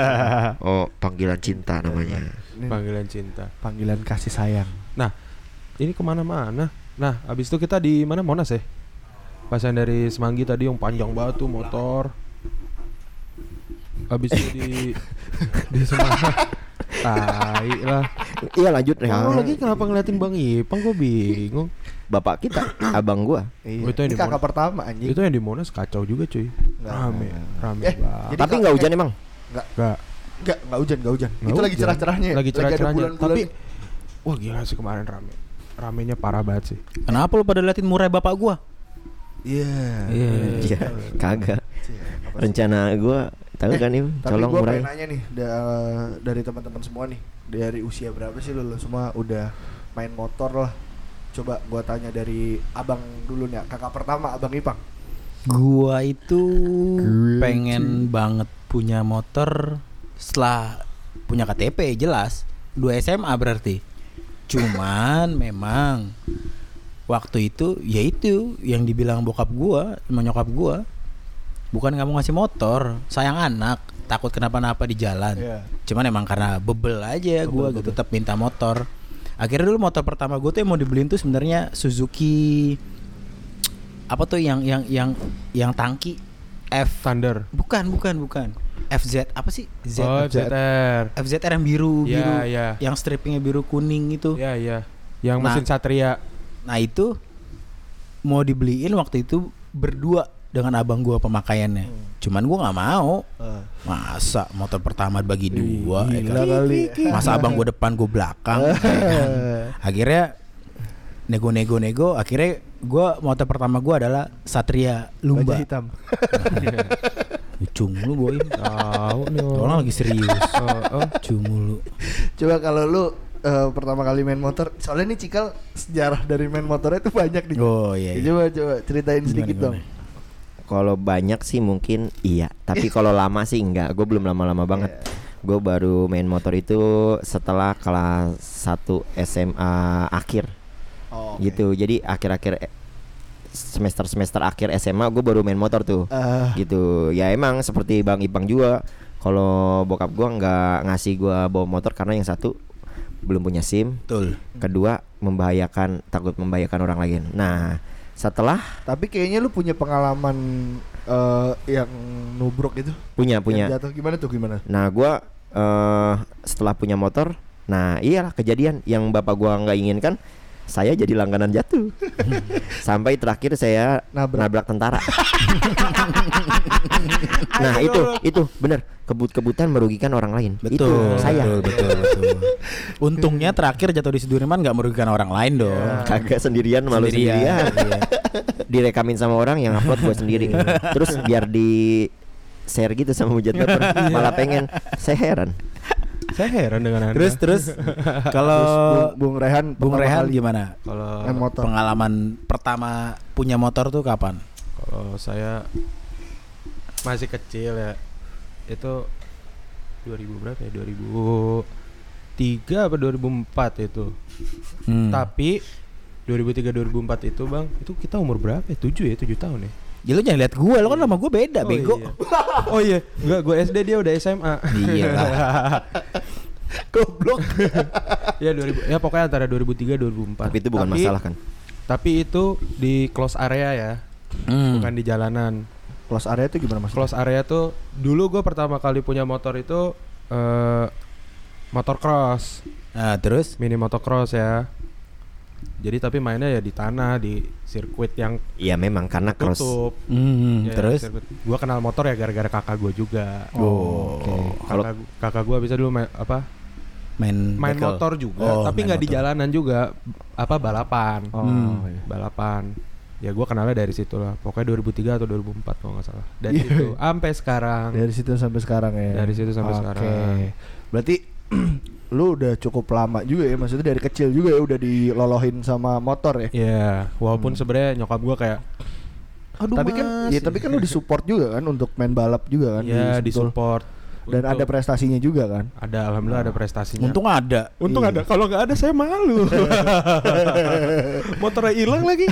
Speaker 3: Oh, panggilan cinta namanya.
Speaker 1: panggilan cinta.
Speaker 4: Panggilan kasih sayang.
Speaker 1: Nah, ini kemana-mana. Nah, abis itu kita di mana Monas ya? Pasan dari Semanggi tadi yang panjang banget tuh motor. Abis itu di di Semanggi. Tai lah.
Speaker 3: Iya lanjut ya.
Speaker 1: Kamu
Speaker 4: Oh,
Speaker 1: lagi kenapa ngeliatin Bang Ipang? Gue bingung.
Speaker 3: Bapak kita, abang gua.
Speaker 1: Oh,
Speaker 4: Iya.
Speaker 1: itu yang
Speaker 4: Ini
Speaker 1: di
Speaker 4: kakak
Speaker 1: Monas.
Speaker 4: pertama anjing.
Speaker 1: Itu yang di Monas kacau juga cuy.
Speaker 4: Iya. Nggak.
Speaker 1: Rame, rame
Speaker 4: Eh,
Speaker 1: banget.
Speaker 4: Jadi
Speaker 3: Tapi
Speaker 4: kalau-
Speaker 3: nggak hujan emang.
Speaker 1: Nggak.
Speaker 4: Enggak, enggak hujan, enggak hujan.
Speaker 1: Nggak
Speaker 4: itu lagi
Speaker 1: hujan.
Speaker 4: cerah-cerahnya. ya?
Speaker 1: Lagi
Speaker 4: ada
Speaker 1: cerah-cerahnya. Tapi
Speaker 4: bulan-bulan.
Speaker 1: wah gila sih kemarin rame. Ramenya parah banget sih.
Speaker 2: Kenapa lu pada liatin murai bapak gua
Speaker 4: iya.
Speaker 3: Iya, kagak. Rencana gua tahu
Speaker 4: Eh,
Speaker 3: kan Im,
Speaker 4: Tapi
Speaker 3: colong
Speaker 4: gua
Speaker 3: murai.
Speaker 4: pengen nanya nih da- dari teman-teman semua nih, dari usia berapa sih lu, lu semua udah main motor lah. Coba gua tanya dari abang dulu nih, kakak pertama Abang Ipang.
Speaker 2: Gua itu pengen banget punya motor setelah punya KTP jelas dua SMA berarti cuman memang waktu itu yaitu yang dibilang bokap gua sama nyokap gua bukan kamu ngasih motor sayang anak takut kenapa-napa di jalan
Speaker 4: Iya.
Speaker 2: cuman emang karena bebel aja gua gitu tetap minta motor akhirnya dulu motor pertama gue tuh yang mau dibeliin tuh sebenarnya Suzuki apa tuh yang yang yang yang tangki F
Speaker 1: Thunder.
Speaker 2: bukan bukan bukan FZ apa sih Z
Speaker 1: oh, ZR.
Speaker 2: FZR yang biru
Speaker 1: Iya,
Speaker 2: biru
Speaker 1: iya.
Speaker 2: yang stripingnya biru kuning itu
Speaker 1: Iya, iya. Yang
Speaker 2: Nah.
Speaker 1: mesin Satria.
Speaker 2: nah itu mau dibeliin waktu itu berdua dengan abang gua pemakaiannya cuman gua nggak mau
Speaker 4: Eh,
Speaker 2: masa motor pertama bagi
Speaker 1: Ih,
Speaker 2: dua ya
Speaker 4: gila
Speaker 2: kan?
Speaker 4: kali.
Speaker 2: masa abang gue depan gue belakang ya kan? akhirnya nego-nego-nego akhirnya gue motor pertama gue adalah Satria Lumba
Speaker 4: Lumba hitam.
Speaker 2: cung lu boy
Speaker 1: Tahu nih.
Speaker 2: orang lagi serius
Speaker 1: Oh, oh.
Speaker 2: cung lu
Speaker 4: Coba kalau lu eh, pertama kali main motor, soalnya nih Cikal sejarah dari main motornya itu banyak nih.
Speaker 2: oh iya, iya.
Speaker 4: Coba coba ceritain sedikit
Speaker 2: Gimana,
Speaker 4: dong.
Speaker 3: Kalau banyak sih mungkin iya, tapi kalau lama sih enggak. Gue belum lama-lama banget. Gue baru main motor itu setelah kelas 1 SMA akhir
Speaker 2: Iya.
Speaker 4: Oh, oke.
Speaker 3: gitu. Jadi akhir-akhir e- semester-semester akhir SMA gue baru main motor tuh.
Speaker 4: Eh,
Speaker 3: gitu ya emang seperti bang Ipang juga kalau bokap gua nggak ngasih gua bawa motor karena yang satu belum punya sim
Speaker 2: betul
Speaker 3: kedua membahayakan takut membahayakan orang lain nah setelah
Speaker 4: tapi kayaknya lu punya pengalaman eh, yang nubruk itu.
Speaker 3: punya
Speaker 4: Yang
Speaker 3: punya
Speaker 4: jatuh gimana tuh gimana?
Speaker 3: nah gua eh setelah punya motor nah iyalah kejadian yang bapak gua nggak inginkan saya jadi langganan jatuh. Sampai terakhir saya
Speaker 4: Nabrak.
Speaker 3: nabrak, tentara. nah, itu itu benar. Kebut-kebutan merugikan orang lain. itu saya.
Speaker 2: Betul, betul, betul. Untungnya terakhir jatuh di Sudirman nggak merugikan orang lain dong.
Speaker 3: Kagak sendirian malu sendirian.
Speaker 2: Iya.
Speaker 3: Direkamin sama orang yang upload gue sendiri. Terus biar di share gitu sama hujat baper malah pengen saya heran
Speaker 1: Saya heran dengan Anda.
Speaker 2: Terus terus kalau
Speaker 4: Terus Bung, Bung Rehan
Speaker 2: Eh, Bung
Speaker 4: pertama
Speaker 2: Rehan
Speaker 4: kali
Speaker 2: gimana?
Speaker 1: kalau
Speaker 4: main motor.
Speaker 2: Pengalaman pertama punya motor tuh kapan?
Speaker 1: Kalau saya masih kecil ya. Itu 2000 berapa ya? 2003 apa 2004 itu.
Speaker 2: Hmm.
Speaker 1: Tapi 2003 2004 itu, Bang, itu kita umur berapa ya? 7 ya, 7 tahun ya.
Speaker 2: Ya lu jangan lihat gua, lu kan sama gua beda,
Speaker 1: Oh,
Speaker 2: bego.
Speaker 1: iya. Oh iya, enggak gua SD dia udah SMA.
Speaker 2: Iya lah.
Speaker 3: goblok
Speaker 1: ya 2000 ya pokoknya antara 2003 2004.
Speaker 3: tapi itu bukan masalah kan
Speaker 1: Tapi itu di close area ya,
Speaker 2: Hmm.
Speaker 1: bukan di jalanan.
Speaker 4: Close area itu gimana mas?
Speaker 1: Close area tuh dulu gue pertama kali punya motor itu eh motor cross,
Speaker 2: Nah, terus
Speaker 1: mini motocross ya. Jadi tapi mainnya ya di tanah di sirkuit yang
Speaker 3: Iya memang karena cross
Speaker 1: tutup.
Speaker 2: Hmm,
Speaker 1: Ya,
Speaker 2: terus
Speaker 1: sirkuit. Gua kenal motor ya gara-gara kakak gue juga.
Speaker 2: Oh,
Speaker 1: Kalau kakak, kakak gue bisa dulu main apa?
Speaker 2: main
Speaker 1: Main
Speaker 2: bekel.
Speaker 1: motor juga,
Speaker 2: Hmm, Oh,
Speaker 1: tapi
Speaker 2: main
Speaker 1: nggak di
Speaker 2: motor.
Speaker 1: jalanan juga, apa balapan.
Speaker 4: Oh,
Speaker 2: Hmm.
Speaker 4: iya.
Speaker 1: Balapan. Ya gua kenalnya dari situ lah. Pokoknya 2003 atau 2004 kalau nggak salah. Dari
Speaker 2: Iya,
Speaker 1: situ sampai sekarang.
Speaker 4: Dari situ sampai sekarang ya.
Speaker 1: Dari situ sampai
Speaker 4: Oke.
Speaker 1: sekarang.
Speaker 4: Berarti lu udah cukup lama juga ya maksudnya dari kecil juga ya udah dilolohin sama motor ya.
Speaker 1: Ya, walaupun sebenarnya nyokap gua kayak Aduh
Speaker 4: tapi kan
Speaker 1: Mas."
Speaker 4: ya tapi kan lu disupport juga kan untuk main balap juga kan
Speaker 1: ya
Speaker 4: Sentul.
Speaker 1: di support
Speaker 4: dan ada prestasinya juga kan.
Speaker 1: ada alhamdulillah ada prestasinya.
Speaker 2: Untung ada.
Speaker 1: Untung ada. Kalau nggak ada saya malu. Motornya hilang lagi.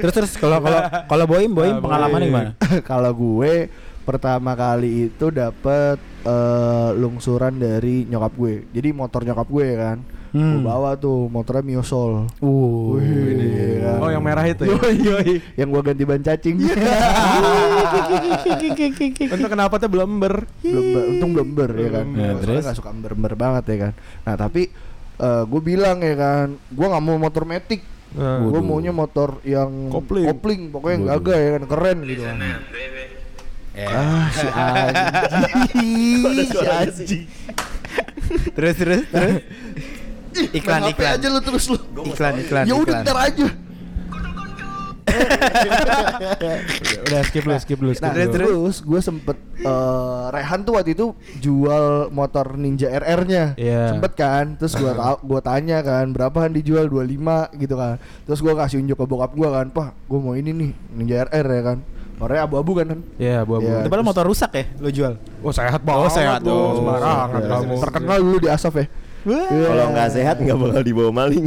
Speaker 2: terus terus kalau kalau kalau Boim Boim
Speaker 1: Ah,
Speaker 2: pengalaman
Speaker 1: Boim.
Speaker 2: gimana?
Speaker 4: Kalau gue pertama kali itu dapet eh, lungsuran dari nyokap gue. Jadi motor nyokap gue kan. Gue
Speaker 2: Hmm.
Speaker 4: bawa tuh motornya Miosol.
Speaker 2: Uh,
Speaker 4: Wih, kan.
Speaker 1: Oh, yang merah itu. ya?
Speaker 4: yang gua ganti ban cacing.
Speaker 1: Iya. Untung kenapa tuh belum ber.
Speaker 4: belum ber- untung belum ber ya kan
Speaker 1: Belum
Speaker 2: ber.
Speaker 4: Gua
Speaker 2: Iya, Terus?
Speaker 4: soalnya nggak suka ber ber banget ya kan nah tapi gue bilang ya kan gue nggak mau motor metik
Speaker 1: Nah,
Speaker 4: gue
Speaker 2: Waduh.
Speaker 4: maunya motor yang
Speaker 1: Kopling.
Speaker 4: pokoknya yang gagah ya kan keren gitu kan ah si anjing si anjing
Speaker 2: terus terus terus. Iklan
Speaker 4: Main HP
Speaker 2: iklan.
Speaker 4: aja lu terus lu
Speaker 2: Iklan iklan.
Speaker 4: ya udah
Speaker 2: iklan.
Speaker 4: ntar aja
Speaker 1: udah skip dulu, skip dulu, skip
Speaker 4: Nah
Speaker 1: dulu.
Speaker 4: terus gue sempet eh, Rehan tuh waktu itu jual motor Ninja RR-nya
Speaker 1: Iya.
Speaker 4: Sempet kan Terus gue ta gua tanya kan Berapaan dijual 25 gitu kan Terus gue kasih unjuk ke bokap gue kan Pak gue mau ini nih Ninja RR ya kan Warnanya abu-abu kan kan
Speaker 1: Ya, buah
Speaker 4: Iya.
Speaker 2: Tapi motor rusak ya lo jual.
Speaker 1: Oh, sehat banget.
Speaker 2: Oh, sehat.
Speaker 1: lu.
Speaker 2: Oh,
Speaker 1: Sembarangan
Speaker 4: Iya,
Speaker 1: kamu.
Speaker 4: Terkenal dulu di Asaf ya Iya.
Speaker 3: Kalau nggak sehat nggak bakal dibawa maling.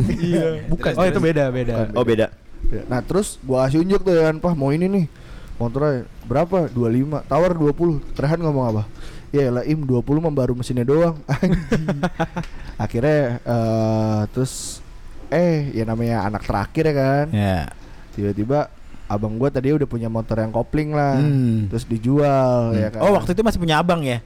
Speaker 1: Bukan. Oh, itu beda, beda.
Speaker 3: oh beda.
Speaker 4: Ya, Nah terus gua kasih unjuk tuh ya kan Pak mau ini nih Motornya berapa? 25 Tawar 20 Rehan ngomong apa? Ya lah im 20 mah baru mesinnya doang Anjing. Akhirnya eh, Terus Eh ya namanya anak terakhir ya kan
Speaker 2: Ya.
Speaker 4: Tiba-tiba Abang gua tadi udah punya motor yang kopling lah
Speaker 2: Hmm.
Speaker 4: Terus dijual ya kan
Speaker 2: Oh waktu itu masih punya abang ya?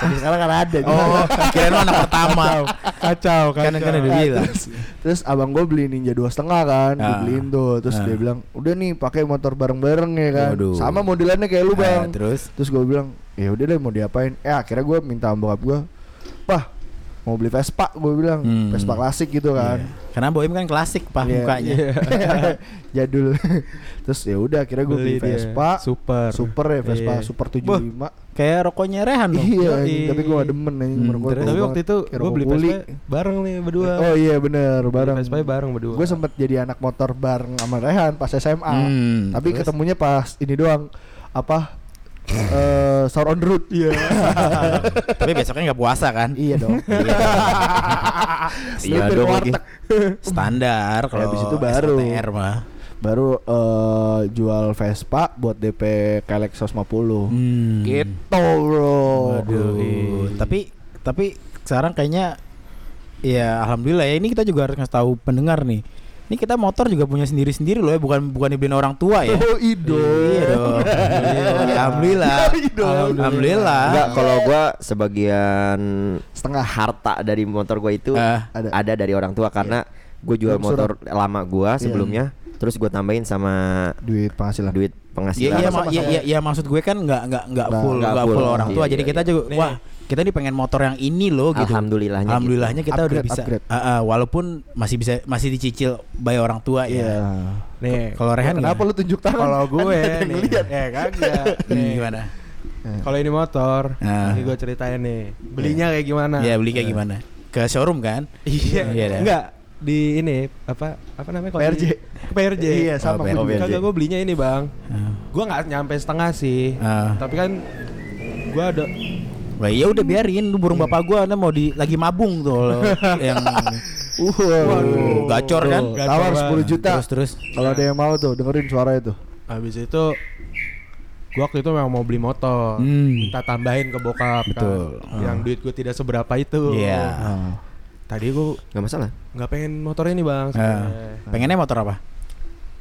Speaker 4: Sampai sekarang kan ada
Speaker 2: Oh kirain lo anak pertama.
Speaker 1: Kacau, kacau.
Speaker 2: Kan kan udah bilang.
Speaker 4: terus, terus abang gue beli Ninja dua setengah kan,
Speaker 2: Ah.
Speaker 4: dibeliin tuh. Terus
Speaker 2: Ah.
Speaker 4: dia bilang, udah nih pakai motor bareng-bareng ya kan.
Speaker 2: Waduh.
Speaker 4: Sama modelannya kayak lu
Speaker 2: Ah,
Speaker 4: bang.
Speaker 2: terus
Speaker 4: terus gue bilang, ya udah deh mau diapain? Eh akhirnya gue minta sama bokap gue, pah mau beli Vespa, gue bilang
Speaker 2: Hmm.
Speaker 4: Vespa klasik
Speaker 1: Iya.
Speaker 4: gitu kan.
Speaker 2: karena Boim kan klasik pak
Speaker 4: Iya.
Speaker 2: mukanya.
Speaker 4: Jadul. terus ya udah akhirnya gue beli,
Speaker 1: Beli dia.
Speaker 4: Vespa.
Speaker 1: Super.
Speaker 4: Super ya Vespa,
Speaker 1: Iya.
Speaker 4: Super 75
Speaker 2: Kayak rokoknya Rehan dong.
Speaker 4: Iya,
Speaker 1: Yoi.
Speaker 4: anjing, tapi gue gak demen anjing
Speaker 2: Hmm,
Speaker 4: menurut gua
Speaker 2: terus-
Speaker 4: bau
Speaker 1: Tapi waktu
Speaker 4: banget.
Speaker 1: itu
Speaker 4: Kayak
Speaker 1: gue
Speaker 4: rokok
Speaker 1: beli
Speaker 4: kuli.
Speaker 1: Vespa bareng nih berdua.
Speaker 4: Oh iya bener, bareng
Speaker 1: Vespa bareng berdua.
Speaker 4: Gue sempet jadi anak motor bareng sama Rehan pas SMA.
Speaker 2: Hmm,
Speaker 4: Tapi
Speaker 2: terus?
Speaker 4: ketemunya pas ini doang apa eh sahur on the road. Iya.
Speaker 2: Tapi besoknya nggak puasa kan?
Speaker 4: iya dong.
Speaker 3: Iya
Speaker 4: Nyupir
Speaker 3: dong lagi.
Speaker 4: warteg.
Speaker 2: Standar kalau
Speaker 4: Habis itu baru.
Speaker 2: SPTR mah.
Speaker 4: Baru eh, jual Vespa buat DP Kelek 150.
Speaker 2: Hmm.
Speaker 4: Gitu
Speaker 2: Waduh.
Speaker 4: bro. iya.
Speaker 2: iya. Tapi tapi sekarang kayaknya ya alhamdulillah ya ini kita juga harus ngasih tahu pendengar nih. Ini Ini kita motor juga punya sendiri-sendiri loh ya, bukan bukan dibeliin orang tua ya.
Speaker 4: Oh, ido.
Speaker 2: Iya dong. Iya, Alhamdulillah.
Speaker 4: Iya dong.
Speaker 2: Alhamdulillah.
Speaker 3: Enggak, kalau gua sebagian
Speaker 4: Setengah.
Speaker 3: harta dari motor gua itu
Speaker 2: Ah.
Speaker 3: ada.
Speaker 4: Ada.
Speaker 3: dari orang tua karena gua jual
Speaker 4: Belum
Speaker 3: motor lama gua sebelumnya, terus gua tambahin sama
Speaker 4: Duit penghasilan.
Speaker 3: duit
Speaker 2: Iya
Speaker 3: penghasilan.
Speaker 2: iya ma- iya iya iya, maksud gue kan nggak nggak nggak
Speaker 4: Nggak-
Speaker 2: full
Speaker 3: nggak
Speaker 2: nggak full,
Speaker 3: full.
Speaker 2: orang tua.
Speaker 3: Iya,
Speaker 2: Jadi
Speaker 3: iya,
Speaker 2: kita
Speaker 3: iya.
Speaker 2: juga wah kita nih pengen motor yang ini loh gitu.
Speaker 3: Alhamdulillahnya gitu.
Speaker 2: Alhamdulillahnya kita udah
Speaker 4: Upgrade,
Speaker 2: bisa.
Speaker 4: upgrade.
Speaker 2: Ah, ah, walaupun masih bisa masih dicicil by orang tua ya.
Speaker 1: Nih,
Speaker 2: Kalau Rehan
Speaker 4: Iya. Kenapa
Speaker 2: gimana?
Speaker 4: lu tunjuk tangan?
Speaker 1: kalau gue nih,
Speaker 4: ngeliat. Iya.
Speaker 1: ya kagak.
Speaker 2: Hmm,
Speaker 1: Nih,
Speaker 2: gimana?
Speaker 1: Kalau ini motor,
Speaker 2: Nah.
Speaker 1: ini gue ceritain nih. Belinya
Speaker 4: Iya.
Speaker 1: kayak gimana?
Speaker 2: Ya beli kayak gimana? Ke showroom kan?
Speaker 1: Nah, eh. Iya,
Speaker 2: Iya, dah.
Speaker 1: enggak di ini apa apa namanya kalau
Speaker 4: PRJ.
Speaker 1: di- Ke PRJ.
Speaker 4: Iya,
Speaker 2: Oh,
Speaker 4: sama
Speaker 2: Ben.
Speaker 4: gua juga.
Speaker 1: ya, Kagak gue belinya ini bang.
Speaker 2: Ah.
Speaker 1: Gue nggak nyampe setengah sih.
Speaker 2: Ah.
Speaker 1: Tapi kan gue ada
Speaker 2: Wah, ya udah biarin
Speaker 1: Iya.
Speaker 2: lu burung bapak gua anda mau di lagi mabung tuh lo. yang
Speaker 4: Waduh.
Speaker 2: gacor kan?
Speaker 1: Tuh.
Speaker 4: Tawar 10 juta.
Speaker 2: Terus terus.
Speaker 4: Kalau ada yang mau tuh dengerin suara itu.
Speaker 1: habis itu gue waktu itu memang mau beli motor,
Speaker 2: Hmm.
Speaker 1: minta tambahin ke bokap. kan.
Speaker 2: Betul. Hmm.
Speaker 1: Yang duit gue tidak seberapa itu.
Speaker 2: Iya.
Speaker 1: Tadi gue
Speaker 3: Nggak masalah.
Speaker 1: nggak pengen motor ini bang.
Speaker 2: Ah. Pengennya motor apa?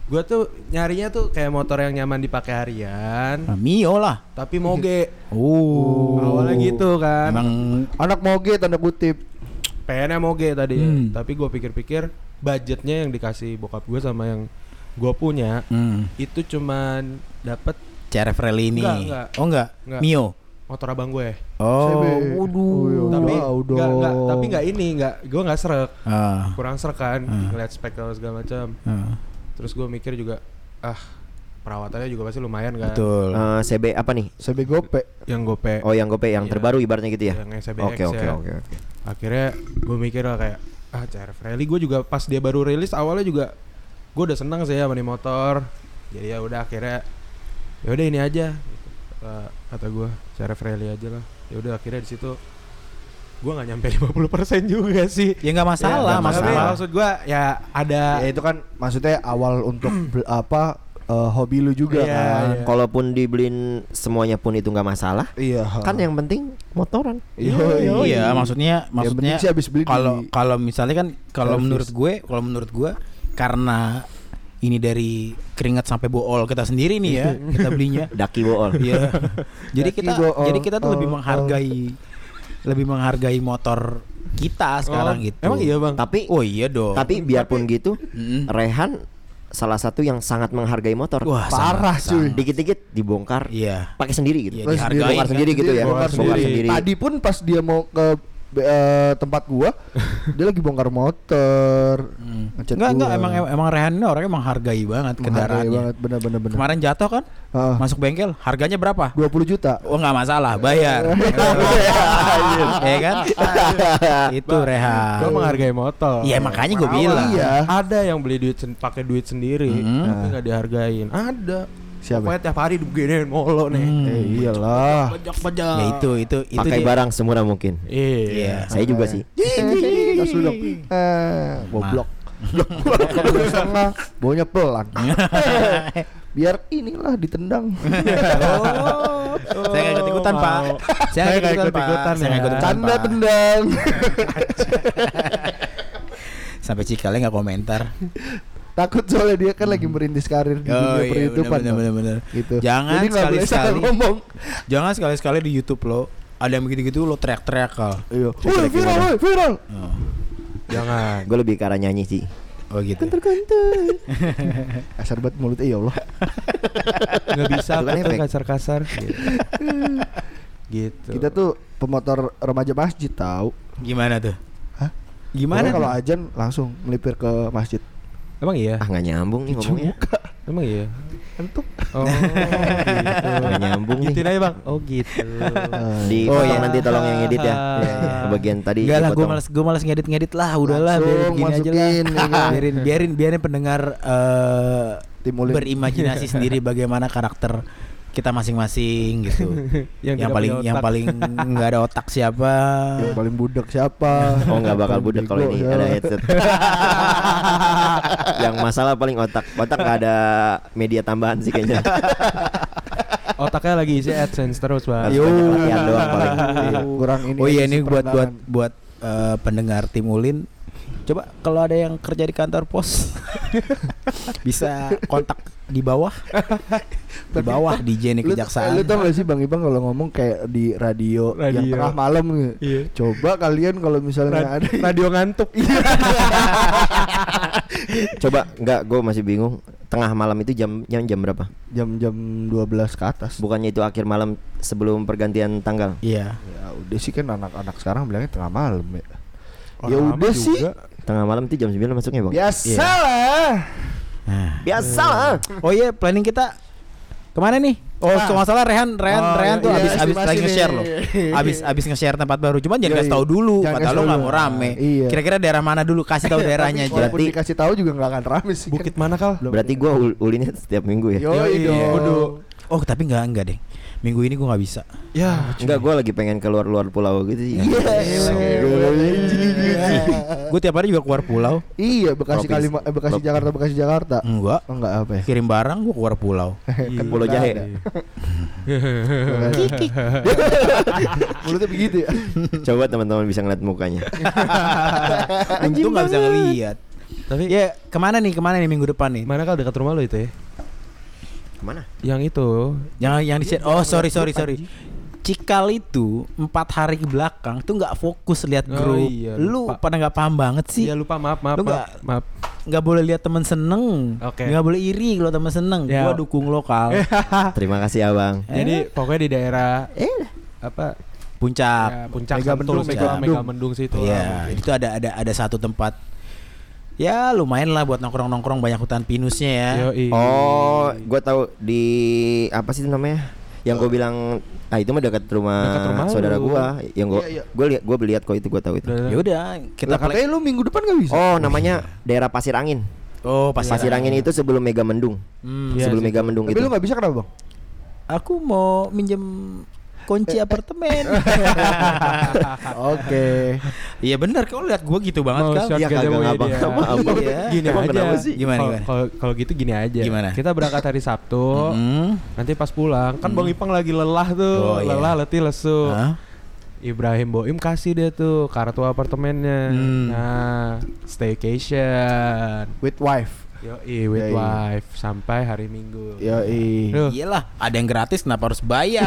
Speaker 1: Gue tuh nyarinya tuh kayak motor yang nyaman dipakai harian,
Speaker 2: Ah, Mio lah.
Speaker 1: tapi moge.
Speaker 2: Oh.
Speaker 1: Awalnya gitu kan.
Speaker 2: Emang
Speaker 4: Anak moge tanda kutip.
Speaker 1: pengennya moge tadi ya.
Speaker 2: Hmm.
Speaker 1: tapi gue pikir-pikir budgetnya yang dikasih bokap gue sama yang gue punya
Speaker 2: hmm,
Speaker 1: itu cuman dapat
Speaker 2: CRF Rally ini.
Speaker 1: Enggak, enggak.
Speaker 2: Oh enggak.
Speaker 1: Enggak. Oh,
Speaker 2: Mio.
Speaker 1: motor abang gue
Speaker 2: Oh,
Speaker 4: CB.
Speaker 2: waduh.
Speaker 4: Wow,
Speaker 1: tapi
Speaker 4: wow,
Speaker 1: nggak nggak-
Speaker 4: dong.
Speaker 1: iya, tapi nggak ini nggak gue nggak serak
Speaker 2: Ah,
Speaker 1: kurang serak kan
Speaker 2: Hmm.
Speaker 1: ngeliat spek dan segala macam
Speaker 2: ah,
Speaker 1: terus gue mikir juga ah perawatannya juga pasti lumayan kan
Speaker 2: betul.
Speaker 3: Eh, CB apa nih?
Speaker 4: Sebe gope.
Speaker 1: yang gope
Speaker 3: Oh, yang gope yang
Speaker 1: Iya.
Speaker 3: terbaru ibaratnya gitu ya.
Speaker 1: yang SBX
Speaker 3: Oke, oke,
Speaker 1: ya.
Speaker 3: oke, oke.
Speaker 1: akhirnya gue mikir lah kayak ah CRF Rally gue juga pas dia baru rilis awalnya juga gue udah seneng sih sama nih motor jadi ya udah akhirnya ya udah ini aja gitu. kata, kata gue CRF Rally aja lah ya udah akhirnya di situ gue nggak nyampe 50% juga sih
Speaker 2: Ya enggak masalah,
Speaker 3: enggak
Speaker 1: Tapi
Speaker 2: masalah.
Speaker 1: maksud gue ya ada
Speaker 2: Nah,
Speaker 4: Ya itu kan maksudnya awal untuk
Speaker 2: Hmm.
Speaker 4: bel- apa eh, hobi lu juga
Speaker 1: Iya,
Speaker 4: kan.
Speaker 1: iya.
Speaker 3: Eh, Kalaupun dibeliin semuanya pun itu nggak masalah.
Speaker 4: Iya.
Speaker 3: Kan yang penting motoran.
Speaker 4: Iya,
Speaker 2: Oh ya- iya, maksudnya
Speaker 4: Yang penting
Speaker 2: maksudnya
Speaker 4: sih habis beli di-
Speaker 2: kalau kalau misalnya kan kalau
Speaker 4: Servis.
Speaker 2: menurut gue kalau menurut gue karena ini dari keringat sampai bool kita sendiri nih ya kita belinya
Speaker 3: Daki bool.
Speaker 2: Iya. jadi
Speaker 4: Daki
Speaker 2: kita
Speaker 4: bool, Oh,
Speaker 2: jadi kita tuh lebih
Speaker 4: bool,
Speaker 2: menghargai lebih menghargai motor kita sekarang
Speaker 1: Oh,
Speaker 2: gitu.
Speaker 1: emang iya bang
Speaker 3: Tapi
Speaker 2: Oh iya dong.
Speaker 3: tapi biarpun gitu,
Speaker 2: Mm-mm.
Speaker 3: Rehan salah satu yang sangat menghargai motor.
Speaker 2: Wah,
Speaker 4: Parah,
Speaker 2: sangat-
Speaker 4: cuy.
Speaker 2: sangat.
Speaker 3: Dikit-dikit dibongkar,
Speaker 2: Iya.
Speaker 3: pakai sendiri gitu.
Speaker 2: Iya,
Speaker 4: Terus
Speaker 2: dihargai.
Speaker 3: Bongkar
Speaker 2: kan.
Speaker 3: sendiri gitu ya.
Speaker 1: Bongkar sendiri.
Speaker 4: Tadi pun pas dia mau ke eh, tempat gua, dia lagi bongkar motor.
Speaker 2: Hmm.
Speaker 4: Ngechat
Speaker 2: Enggak enggak
Speaker 4: gua.
Speaker 2: emang emang emang Rehan ini orangnya menghargai banget
Speaker 4: Menghargai
Speaker 2: kendaraannya.
Speaker 4: banget bener-bener bener. Oh.
Speaker 2: Kemarin jatuh kan?
Speaker 4: Heeh.
Speaker 2: Masuk bengkel, harganya berapa?
Speaker 4: 20 juta.
Speaker 2: Oh nggak masalah, bayar.
Speaker 4: Iya,
Speaker 2: ya kan? Itu
Speaker 1: gue
Speaker 2: Rehan.
Speaker 1: menghargai motor
Speaker 2: Iya makanya gue bilang.
Speaker 4: Iya. Nah.
Speaker 1: ada yang beli duit sen- pakai duit sendiri
Speaker 2: Mm.
Speaker 1: tapi nggak dihargain ada
Speaker 4: Siapa?
Speaker 1: pokoknya tiap hari digedein molo nih
Speaker 2: Mm.
Speaker 4: Eh, iyalah.
Speaker 1: pajak pajak
Speaker 4: Iya.
Speaker 2: Ya itu itu itu.
Speaker 3: Pakai
Speaker 2: dia.
Speaker 3: barang semurah mungkin.
Speaker 1: Iya.
Speaker 2: Iya.
Speaker 3: Saya juga sih.
Speaker 4: Gas lu dong. Eh, goblok. Setengah, baunya pelan. Biar inilah ditendang.
Speaker 2: Iya,
Speaker 1: Oh,
Speaker 2: Saya nggak ikut ikutan pak. Saya nggak ikut ikutan pak.
Speaker 1: ya.
Speaker 2: Saya nggak ikut ikutan
Speaker 4: Tanda
Speaker 2: pak.
Speaker 4: tendang.
Speaker 2: Sampai Cikale nggak komentar.
Speaker 4: Takut soalnya dia kan lagi merintis karir di
Speaker 2: Hmm. Oh
Speaker 4: dunia
Speaker 2: iya
Speaker 4: perhitungan.
Speaker 2: bener bener bener.
Speaker 4: Gitu.
Speaker 2: Jangan
Speaker 4: Jadi nggak boleh salah
Speaker 2: sekali-sekali
Speaker 4: ngomong.
Speaker 2: Jangan sekali sekali di YouTube lo ada yang begitu-gitu lo teriak-teriak kal. gitu.
Speaker 4: Iya.
Speaker 3: Coba
Speaker 4: Woi,
Speaker 3: lagi
Speaker 4: viral,
Speaker 3: ngomong.
Speaker 4: woi, viral.
Speaker 2: Oh,
Speaker 1: Jangan.
Speaker 3: Gue lebih ke arah nyanyi sih.
Speaker 2: oh gitu.
Speaker 4: Kasar banget mulutnya ya Allah.
Speaker 1: Nggak bisa
Speaker 3: Itu kan
Speaker 1: kita
Speaker 3: efek.
Speaker 1: kasar-kasar. gitu.
Speaker 4: Kita tuh pemotor remaja masjid tahu.
Speaker 2: Gimana tuh?
Speaker 4: Hah?
Speaker 2: Gimana?
Speaker 4: Pokoknya kalau
Speaker 2: tuh?
Speaker 4: ajan langsung melipir ke masjid.
Speaker 1: Emang iya?
Speaker 3: Ah nggak nyambung nih ngomongnya.
Speaker 4: Ah.
Speaker 1: Emang iya?
Speaker 4: Entuk.
Speaker 1: Oh, gitu.
Speaker 3: Nggak nyambung nih.
Speaker 1: Gituin aja, Bang. Oh, gitu.
Speaker 4: Eh,
Speaker 3: Di
Speaker 2: Oh, iya.
Speaker 3: nanti tolong yang edit ya.
Speaker 1: Iya, iya.
Speaker 3: Bagian tadi.
Speaker 2: Enggak lah, gue
Speaker 3: dipotong.
Speaker 2: males, gue males ngedit-ngedit lah, udahlah, biarin
Speaker 4: Langsung
Speaker 2: gini aja lah.
Speaker 4: masukin, ya kan?
Speaker 2: biarin, biarin, biarin pendengar eh,
Speaker 4: Tim Ulin.
Speaker 2: berimajinasi sendiri bagaimana karakter kita masing-masing gitu.
Speaker 1: Yang
Speaker 2: yang,
Speaker 1: tidak
Speaker 2: paling,
Speaker 1: punya
Speaker 2: yang
Speaker 1: otak.
Speaker 2: paling nggak ada otak siapa?
Speaker 4: Yang paling budak siapa?
Speaker 3: Oh nggak bakal
Speaker 4: Paling
Speaker 3: budek kalau
Speaker 4: bego
Speaker 3: ini
Speaker 4: siapa?
Speaker 3: ada headset. yang masalah paling otak. Otak nggak ada media tambahan sih kayaknya.
Speaker 1: Otaknya lagi isi AdSense terus, Bang.
Speaker 3: Harus banyak latihan doang paling.
Speaker 4: Kurang ini.
Speaker 2: oh iya
Speaker 4: sih
Speaker 2: ini buat buat
Speaker 4: peredaran.
Speaker 2: buat eh, pendengar tim Ulin. Coba kalau ada yang kerja di kantor pos bisa kontak di bawah. Di bawah DJ nih
Speaker 4: Lu, lu
Speaker 2: kejaksaan.
Speaker 4: tau gak sih Bang Ibang kalau ngomong kayak di radio, yang
Speaker 1: Radio.
Speaker 4: tengah malam gitu.
Speaker 1: Iya.
Speaker 4: Coba kalian kalau misalnya
Speaker 1: Rad-
Speaker 4: ada Iya.
Speaker 1: radio ngantuk.
Speaker 3: Coba enggak gue masih bingung tengah malam itu jam jam jam berapa?
Speaker 4: jam-jam 12 ke atas.
Speaker 3: Bukannya itu akhir malam sebelum pergantian tanggal.
Speaker 2: Iya.
Speaker 4: Ya udah sih kan anak-anak sekarang bilangnya tengah malam ya. ya
Speaker 1: Orang lama
Speaker 4: udah sih.
Speaker 1: juga.
Speaker 3: Tengah malam itu jam 9 masuknya, Bang.
Speaker 4: Biasa
Speaker 2: Iya.
Speaker 4: lah.
Speaker 2: Nah.
Speaker 3: Biasa lah.
Speaker 2: Oh iya, planning kita kemana nih? Oh,
Speaker 4: Ah.
Speaker 2: kalau nggak salah Rehan, Rehan,
Speaker 4: Oh,
Speaker 2: Rehan
Speaker 4: iya,
Speaker 2: tuh
Speaker 4: iya,
Speaker 2: abis abis
Speaker 4: estimasi
Speaker 2: lagi
Speaker 4: nih.
Speaker 2: nge-share loh. Abis abis nge-share tempat baru, cuman jangan
Speaker 4: Yoi.
Speaker 2: kasih tahu dulu,
Speaker 4: Jangan
Speaker 2: kata
Speaker 4: kasih
Speaker 2: lu
Speaker 4: tahu
Speaker 2: nggak mau
Speaker 4: dulu.
Speaker 2: rame.
Speaker 4: Iya.
Speaker 2: Kira-kira daerah mana dulu? Kasih tahu daerahnya aja.
Speaker 4: Walaupun
Speaker 3: Berarti-
Speaker 4: dikasih tahu juga nggak akan rame sih. kan?
Speaker 1: Bukit mana kal?
Speaker 3: Berarti gue ulinya setiap minggu ya.
Speaker 4: Yo, yo,
Speaker 1: Yoi, kudu.
Speaker 2: Oh, tapi nggak nggak deh. Minggu ini gua nggak bisa.
Speaker 1: Ya.
Speaker 3: Enggak, gue lagi pengen keluar-luar pulau gitu sih.
Speaker 4: Iya.
Speaker 3: Iya,
Speaker 2: Gue tiap hari juga keluar pulau.
Speaker 4: Iya,
Speaker 3: Provinsi.
Speaker 4: Bekasi Kalima, eh, Bekasi
Speaker 3: Prop-
Speaker 4: Jakarta, Bekasi Jakarta.
Speaker 2: Enggak.
Speaker 4: Oh, enggak apa ya?
Speaker 2: Kirim barang gua keluar pulau. Kan
Speaker 1: Iya.
Speaker 3: Pulau Jahe.
Speaker 4: Mulutnya begitu ya.
Speaker 1: iya.
Speaker 3: Coba teman-teman bisa ngeliat mukanya.
Speaker 2: Untung nggak bisa ngelihat.
Speaker 1: Tapi ya
Speaker 2: Ya, kemana nih? Kemana nih minggu depan nih?
Speaker 1: mana kal dekat rumah lo itu ya?
Speaker 3: Kemana?
Speaker 1: Yang itu.
Speaker 2: Yang yang di Oh, sorry sorry sorry. Cikal itu empat hari ke belakang tuh nggak fokus lihat
Speaker 1: Oh,
Speaker 2: grup.
Speaker 1: iya,
Speaker 2: lu
Speaker 1: lupa.
Speaker 2: pada nggak paham banget sih.
Speaker 1: Iya lupa maaf maaf
Speaker 2: Lu
Speaker 1: maaf. maaf.
Speaker 2: Nggak boleh lihat temen seneng.
Speaker 1: Oke.
Speaker 2: Nggak boleh iri kalau temen seneng.
Speaker 1: Ya.
Speaker 2: Gua dukung lokal.
Speaker 3: Terima kasih abang.
Speaker 2: Eh?
Speaker 1: Jadi pokoknya di daerah apa
Speaker 2: Puncak.
Speaker 1: ya, puncak
Speaker 4: Mega
Speaker 1: Sentul,
Speaker 4: Mendung, Mega
Speaker 1: Mega
Speaker 4: Mendung.
Speaker 1: Mega Mendung situ.
Speaker 2: Ah, Iya,
Speaker 1: lah.
Speaker 2: itu ada ada ada satu tempat. Ya lumayan lah buat nongkrong-nongkrong banyak hutan pinusnya ya.
Speaker 1: Yoi.
Speaker 3: Oh, gue tahu di apa sih namanya? Yang gue bilang, ah itu mah dekat rumah,
Speaker 1: Dekat rumah
Speaker 3: saudara
Speaker 1: lu.
Speaker 3: gue. Yang gue,
Speaker 4: Iya, iya.
Speaker 3: gue lihat, gue lihat kok itu gue tahu itu.
Speaker 1: Udah,
Speaker 2: Ya udah, kita
Speaker 4: Lah
Speaker 2: plek-
Speaker 4: katanya lu minggu depan nggak bisa.
Speaker 3: Oh, namanya daerah Pasir Angin.
Speaker 2: Oh,
Speaker 3: Pasir, Angin itu sebelum Mega Mendung.
Speaker 2: Hmm.
Speaker 1: Iya,
Speaker 3: sebelum
Speaker 1: situ.
Speaker 3: Mega Mendung
Speaker 4: Tapi
Speaker 3: itu.
Speaker 4: lu nggak bisa kenapa, Bang?
Speaker 2: Aku mau minjem kunci apartemen.
Speaker 4: Oke.
Speaker 2: Iya benar, kau lihat gua gitu banget
Speaker 1: Mau
Speaker 2: kan.
Speaker 1: shot
Speaker 3: Iya,
Speaker 1: gak ada
Speaker 3: kagak
Speaker 1: way
Speaker 3: ngabang.
Speaker 1: dia.
Speaker 3: Sama abang.
Speaker 1: Iya. Gini
Speaker 3: Emang
Speaker 1: aja.
Speaker 3: kenapa
Speaker 2: ya. sih? Gimana,
Speaker 1: Kalau-
Speaker 2: gimana?
Speaker 1: Kalau kalau gitu gini aja.
Speaker 2: Gimana?
Speaker 1: Kita berangkat hari Sabtu.
Speaker 2: Mm.
Speaker 1: Nanti pas pulang kan Bang Ipang lagi lelah tuh,
Speaker 2: Oh, iya.
Speaker 1: lelah letih lesu.
Speaker 2: Hah?
Speaker 1: Ibrahim Boim kasih dia tuh kartu apartemennya.
Speaker 2: Hmm.
Speaker 1: Nah, staycation.
Speaker 4: With wife.
Speaker 1: Yoi with
Speaker 4: Yoi.
Speaker 1: wife sampai hari Minggu.
Speaker 4: Yo,
Speaker 1: Duh,
Speaker 2: Iyalah, ada yang gratis kenapa harus bayar?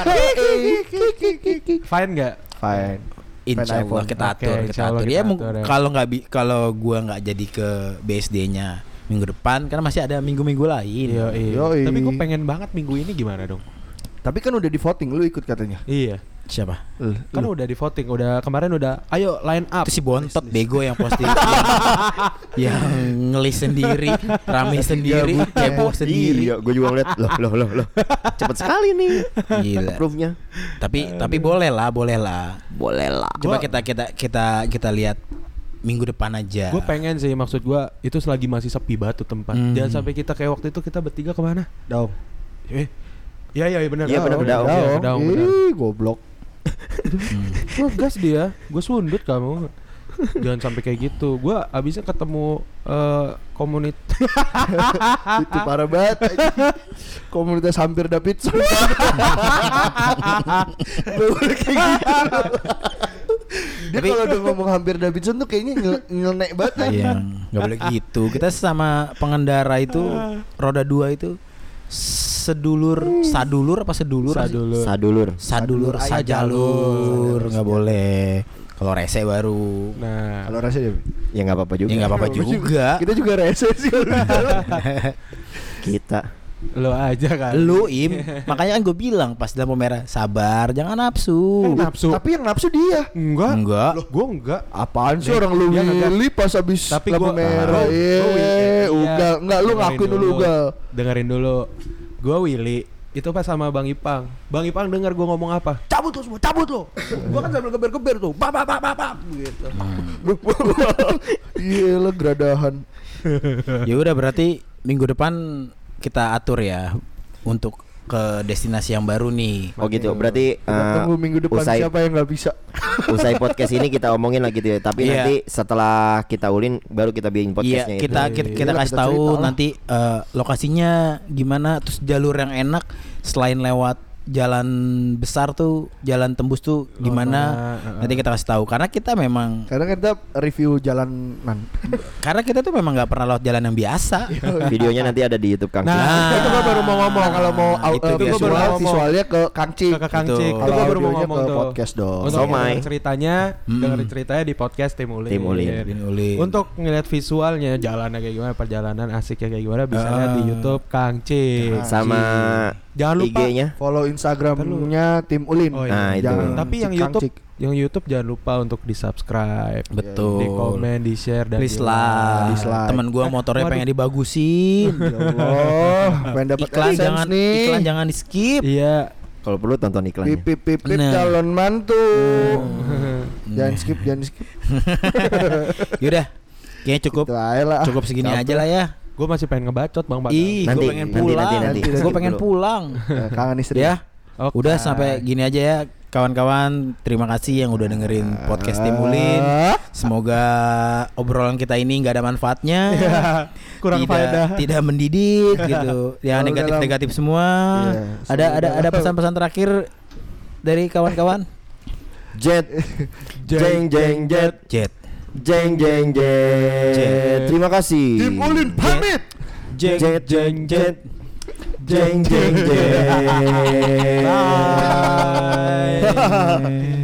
Speaker 1: fine nggak?
Speaker 4: Fine.
Speaker 2: Insya Allah
Speaker 4: iPhone.
Speaker 2: kita
Speaker 1: Oke,
Speaker 2: atur, kita
Speaker 1: insya Allah
Speaker 2: atur.
Speaker 1: kita
Speaker 2: Ya, mung-
Speaker 1: atur, ya.
Speaker 2: kalau nggak bi- kalau gua nggak jadi ke BSD-nya minggu depan karena masih ada minggu-minggu lain.
Speaker 1: Yoi.
Speaker 4: Yoi.
Speaker 1: Tapi gue pengen banget minggu ini gimana dong?
Speaker 4: Tapi kan udah di voting lu ikut katanya.
Speaker 1: Iya.
Speaker 2: Siapa?
Speaker 1: Kan udah di voting, udah kemarin udah ayo line up.
Speaker 2: Itu si bontot bego yang posting yang ngelis sendiri, rame
Speaker 1: Iya,
Speaker 2: sendiri, heboh
Speaker 3: Iya,
Speaker 2: sendiri.
Speaker 3: gue juga ngeliat loh, loh, loh, loh. Cepet sekali nih.
Speaker 2: Gila.
Speaker 3: Proof-nya.
Speaker 2: Tapi tapi boleh lah, boleh lah.
Speaker 3: Boleh lah.
Speaker 2: Coba kita kita kita kita lihat minggu depan aja.
Speaker 1: Gue pengen sih maksud gue itu selagi masih sepi banget tuh tempat.
Speaker 2: Hmm.
Speaker 1: Jangan sampai kita kayak waktu itu kita bertiga kemana?
Speaker 4: Daung.
Speaker 1: Eh, iya iya benar.
Speaker 3: Iya, benar, ke Daung.
Speaker 1: Iya, ke Daung, benar.
Speaker 4: Ih, goblok.
Speaker 1: Wah gas dia, gue sundut kamu. Jangan sampai kayak gitu. Gue abisnya ketemu eh komunitas.
Speaker 4: Itu parah banget. anjing. Komunitas hampir dapet gitu. Dia
Speaker 2: Tapi-
Speaker 4: kalau udah ngomong hampir Davidson tuh kayaknya nyel nyelenek banget. ya.
Speaker 2: Iya, nggak boleh gitu. Kita sama pengendara itu roda dua itu sedulur, sadulur apa sedulur?
Speaker 1: Sadulur.
Speaker 3: Sadulur.
Speaker 2: Sadulur, sajalur, nggak boleh. Kalau rese baru.
Speaker 1: Nah,
Speaker 4: Kalau rasa dia.
Speaker 3: Ya nggak apa-apa juga.
Speaker 2: Ya nggak apa-apa juga.
Speaker 4: Kita juga rese sih.
Speaker 3: Kita.
Speaker 1: lo aja kan.
Speaker 2: Lu im, makanya kan gue bilang pas dalam merah sabar, jangan nafsu.
Speaker 1: nafsu.
Speaker 4: Tapi yang nafsu dia.
Speaker 1: Enggak.
Speaker 2: Enggak.
Speaker 1: Loh, gue enggak.
Speaker 4: Apaan sih
Speaker 1: Nih,
Speaker 4: orang lu
Speaker 1: dia kagak-
Speaker 4: Willy pas habis
Speaker 1: Tapi
Speaker 4: lampu
Speaker 1: gua
Speaker 4: merah.
Speaker 1: Gua- gua
Speaker 4: Eh,
Speaker 1: Willy. Iya.
Speaker 4: ugal. Enggak lu
Speaker 1: Dengerin
Speaker 4: ngakuin dulu ugal.
Speaker 1: Dengerin dulu. Gua Willy itu pas sama Bang Ipang. Bang Ipang dengar gua ngomong apa? Cabut lo semua, cabut lo. gua kan sambil geber-geber tuh. Bap bap bap bap, bap gitu.
Speaker 2: Hmm.
Speaker 4: Iya, lu geradahan.
Speaker 2: Ya udah berarti minggu depan kita atur ya untuk ke destinasi yang baru nih.
Speaker 3: Oh gitu. Berarti
Speaker 4: Kita
Speaker 3: eh,
Speaker 4: tunggu minggu depan
Speaker 3: usai
Speaker 4: siapa yang nggak bisa.
Speaker 3: usai podcast ini kita omongin lagi gitu ya. Tapi
Speaker 2: Iya.
Speaker 3: nanti setelah kita ulin baru kita
Speaker 2: Iya,
Speaker 3: bikin podcastnya. itu.
Speaker 2: kita kita, kita
Speaker 4: Iya,
Speaker 2: kasih
Speaker 4: kita
Speaker 2: tahu
Speaker 4: cerita lah.
Speaker 2: nanti eh, lokasinya gimana, terus jalur yang enak selain lewat jalan besar tuh, jalan tembus tuh
Speaker 4: Oh, nah,
Speaker 2: gimana?
Speaker 1: Lama, uh-uh.
Speaker 2: Nanti kita kasih tahu karena kita memang
Speaker 4: Karena kan kita review jalanan.
Speaker 2: karena kita tuh memang nggak pernah lewat jalan yang biasa.
Speaker 3: Videonya nanti ada di YouTube Kang.
Speaker 1: Nah,
Speaker 2: Ah,
Speaker 4: Iya. Eh, itu gua baru mau ngomong kalau mau au-
Speaker 2: itu
Speaker 4: eh,
Speaker 1: gua
Speaker 2: dia.
Speaker 1: baru
Speaker 4: visual
Speaker 1: mau ngomong.
Speaker 4: visualnya ke Kang Cik.
Speaker 1: Kakak Kang
Speaker 2: Betul.
Speaker 1: Cik, itu
Speaker 4: Kalau
Speaker 1: gua baru mau
Speaker 4: audionya
Speaker 1: ngomong
Speaker 4: ke
Speaker 1: tuh.
Speaker 4: podcast dong.
Speaker 1: Untuk
Speaker 3: Gitu. Somai.
Speaker 1: dengerin ceritanya,
Speaker 2: Mm.
Speaker 1: dengerin ceritanya di podcast Tim Ulin. Iya.
Speaker 3: Tim Ulin.
Speaker 2: Gini, Uli.
Speaker 1: Untuk ngeliat visualnya jalannya kayak gimana, perjalanan asiknya kayak gimana bisa lihat di
Speaker 2: Ah.
Speaker 1: YouTube Kang Cik.
Speaker 4: Nah,
Speaker 3: Sama
Speaker 2: iya.
Speaker 1: Jangan lupa.
Speaker 3: IG-nya.
Speaker 4: Follow Instagramnya Tim Ulin.
Speaker 1: Oh, iya.
Speaker 3: Nah, itu.
Speaker 1: Tapi yang
Speaker 4: Cik Kang
Speaker 1: YouTube,
Speaker 4: Cik.
Speaker 1: yang YouTube jangan lupa untuk di subscribe,
Speaker 2: betul.
Speaker 1: di komen, di share dan di
Speaker 2: Please lah.
Speaker 4: Please lah. Eh,
Speaker 2: Temen gua motornya
Speaker 1: Waduh.
Speaker 2: pengen dibagusin.
Speaker 4: Ya Allah, pengen dapat
Speaker 2: iklan
Speaker 4: AdSense
Speaker 2: jangan
Speaker 4: nih.
Speaker 2: iklan jangan di skip.
Speaker 1: Iya.
Speaker 3: Kalau perlu tonton
Speaker 4: Pip
Speaker 3: iklannya.
Speaker 4: pip pip pip,
Speaker 2: Nah.
Speaker 4: calon mantu.
Speaker 1: Hmm.
Speaker 4: Jangan skip, jangan skip.
Speaker 2: Yaudah, kayaknya cukup
Speaker 4: Itu aja Gitu lah.
Speaker 2: cukup segini
Speaker 3: Capek.
Speaker 2: aja lah ya.
Speaker 1: Gue masih pengen ngebacot Bang Bang.
Speaker 2: Ih,
Speaker 3: Nanti,
Speaker 2: gue pengen
Speaker 3: nanti,
Speaker 2: pulang.
Speaker 3: nanti,
Speaker 4: nanti.
Speaker 2: Gue
Speaker 3: Skip
Speaker 2: pengen
Speaker 3: dulu.
Speaker 2: pulang.
Speaker 4: Eh, Kangen istri.
Speaker 2: ya,
Speaker 1: Oke.
Speaker 2: udah sampai gini aja ya, kawan-kawan. Terima kasih yang udah dengerin
Speaker 4: Ah.
Speaker 2: podcast Timulin. Semoga obrolan kita ini nggak ada manfaatnya.
Speaker 1: Iya, kurang
Speaker 2: tidak,
Speaker 1: faedah.
Speaker 2: tidak mendidik gitu. Ya
Speaker 4: Kalau
Speaker 2: negatif-negatif semua.
Speaker 4: Iya,
Speaker 2: ada ada
Speaker 4: dalam-
Speaker 2: ada pesan-pesan terakhir dari kawan-kawan?
Speaker 3: Jet. Jeng jeng jet.
Speaker 2: Jet.
Speaker 3: Jeng jeng
Speaker 2: Jet.
Speaker 3: jet. Terima kasih.
Speaker 4: Tim Ulin pamit.
Speaker 3: Jeng jeng jet. Jeng jeng jet.
Speaker 2: Bye.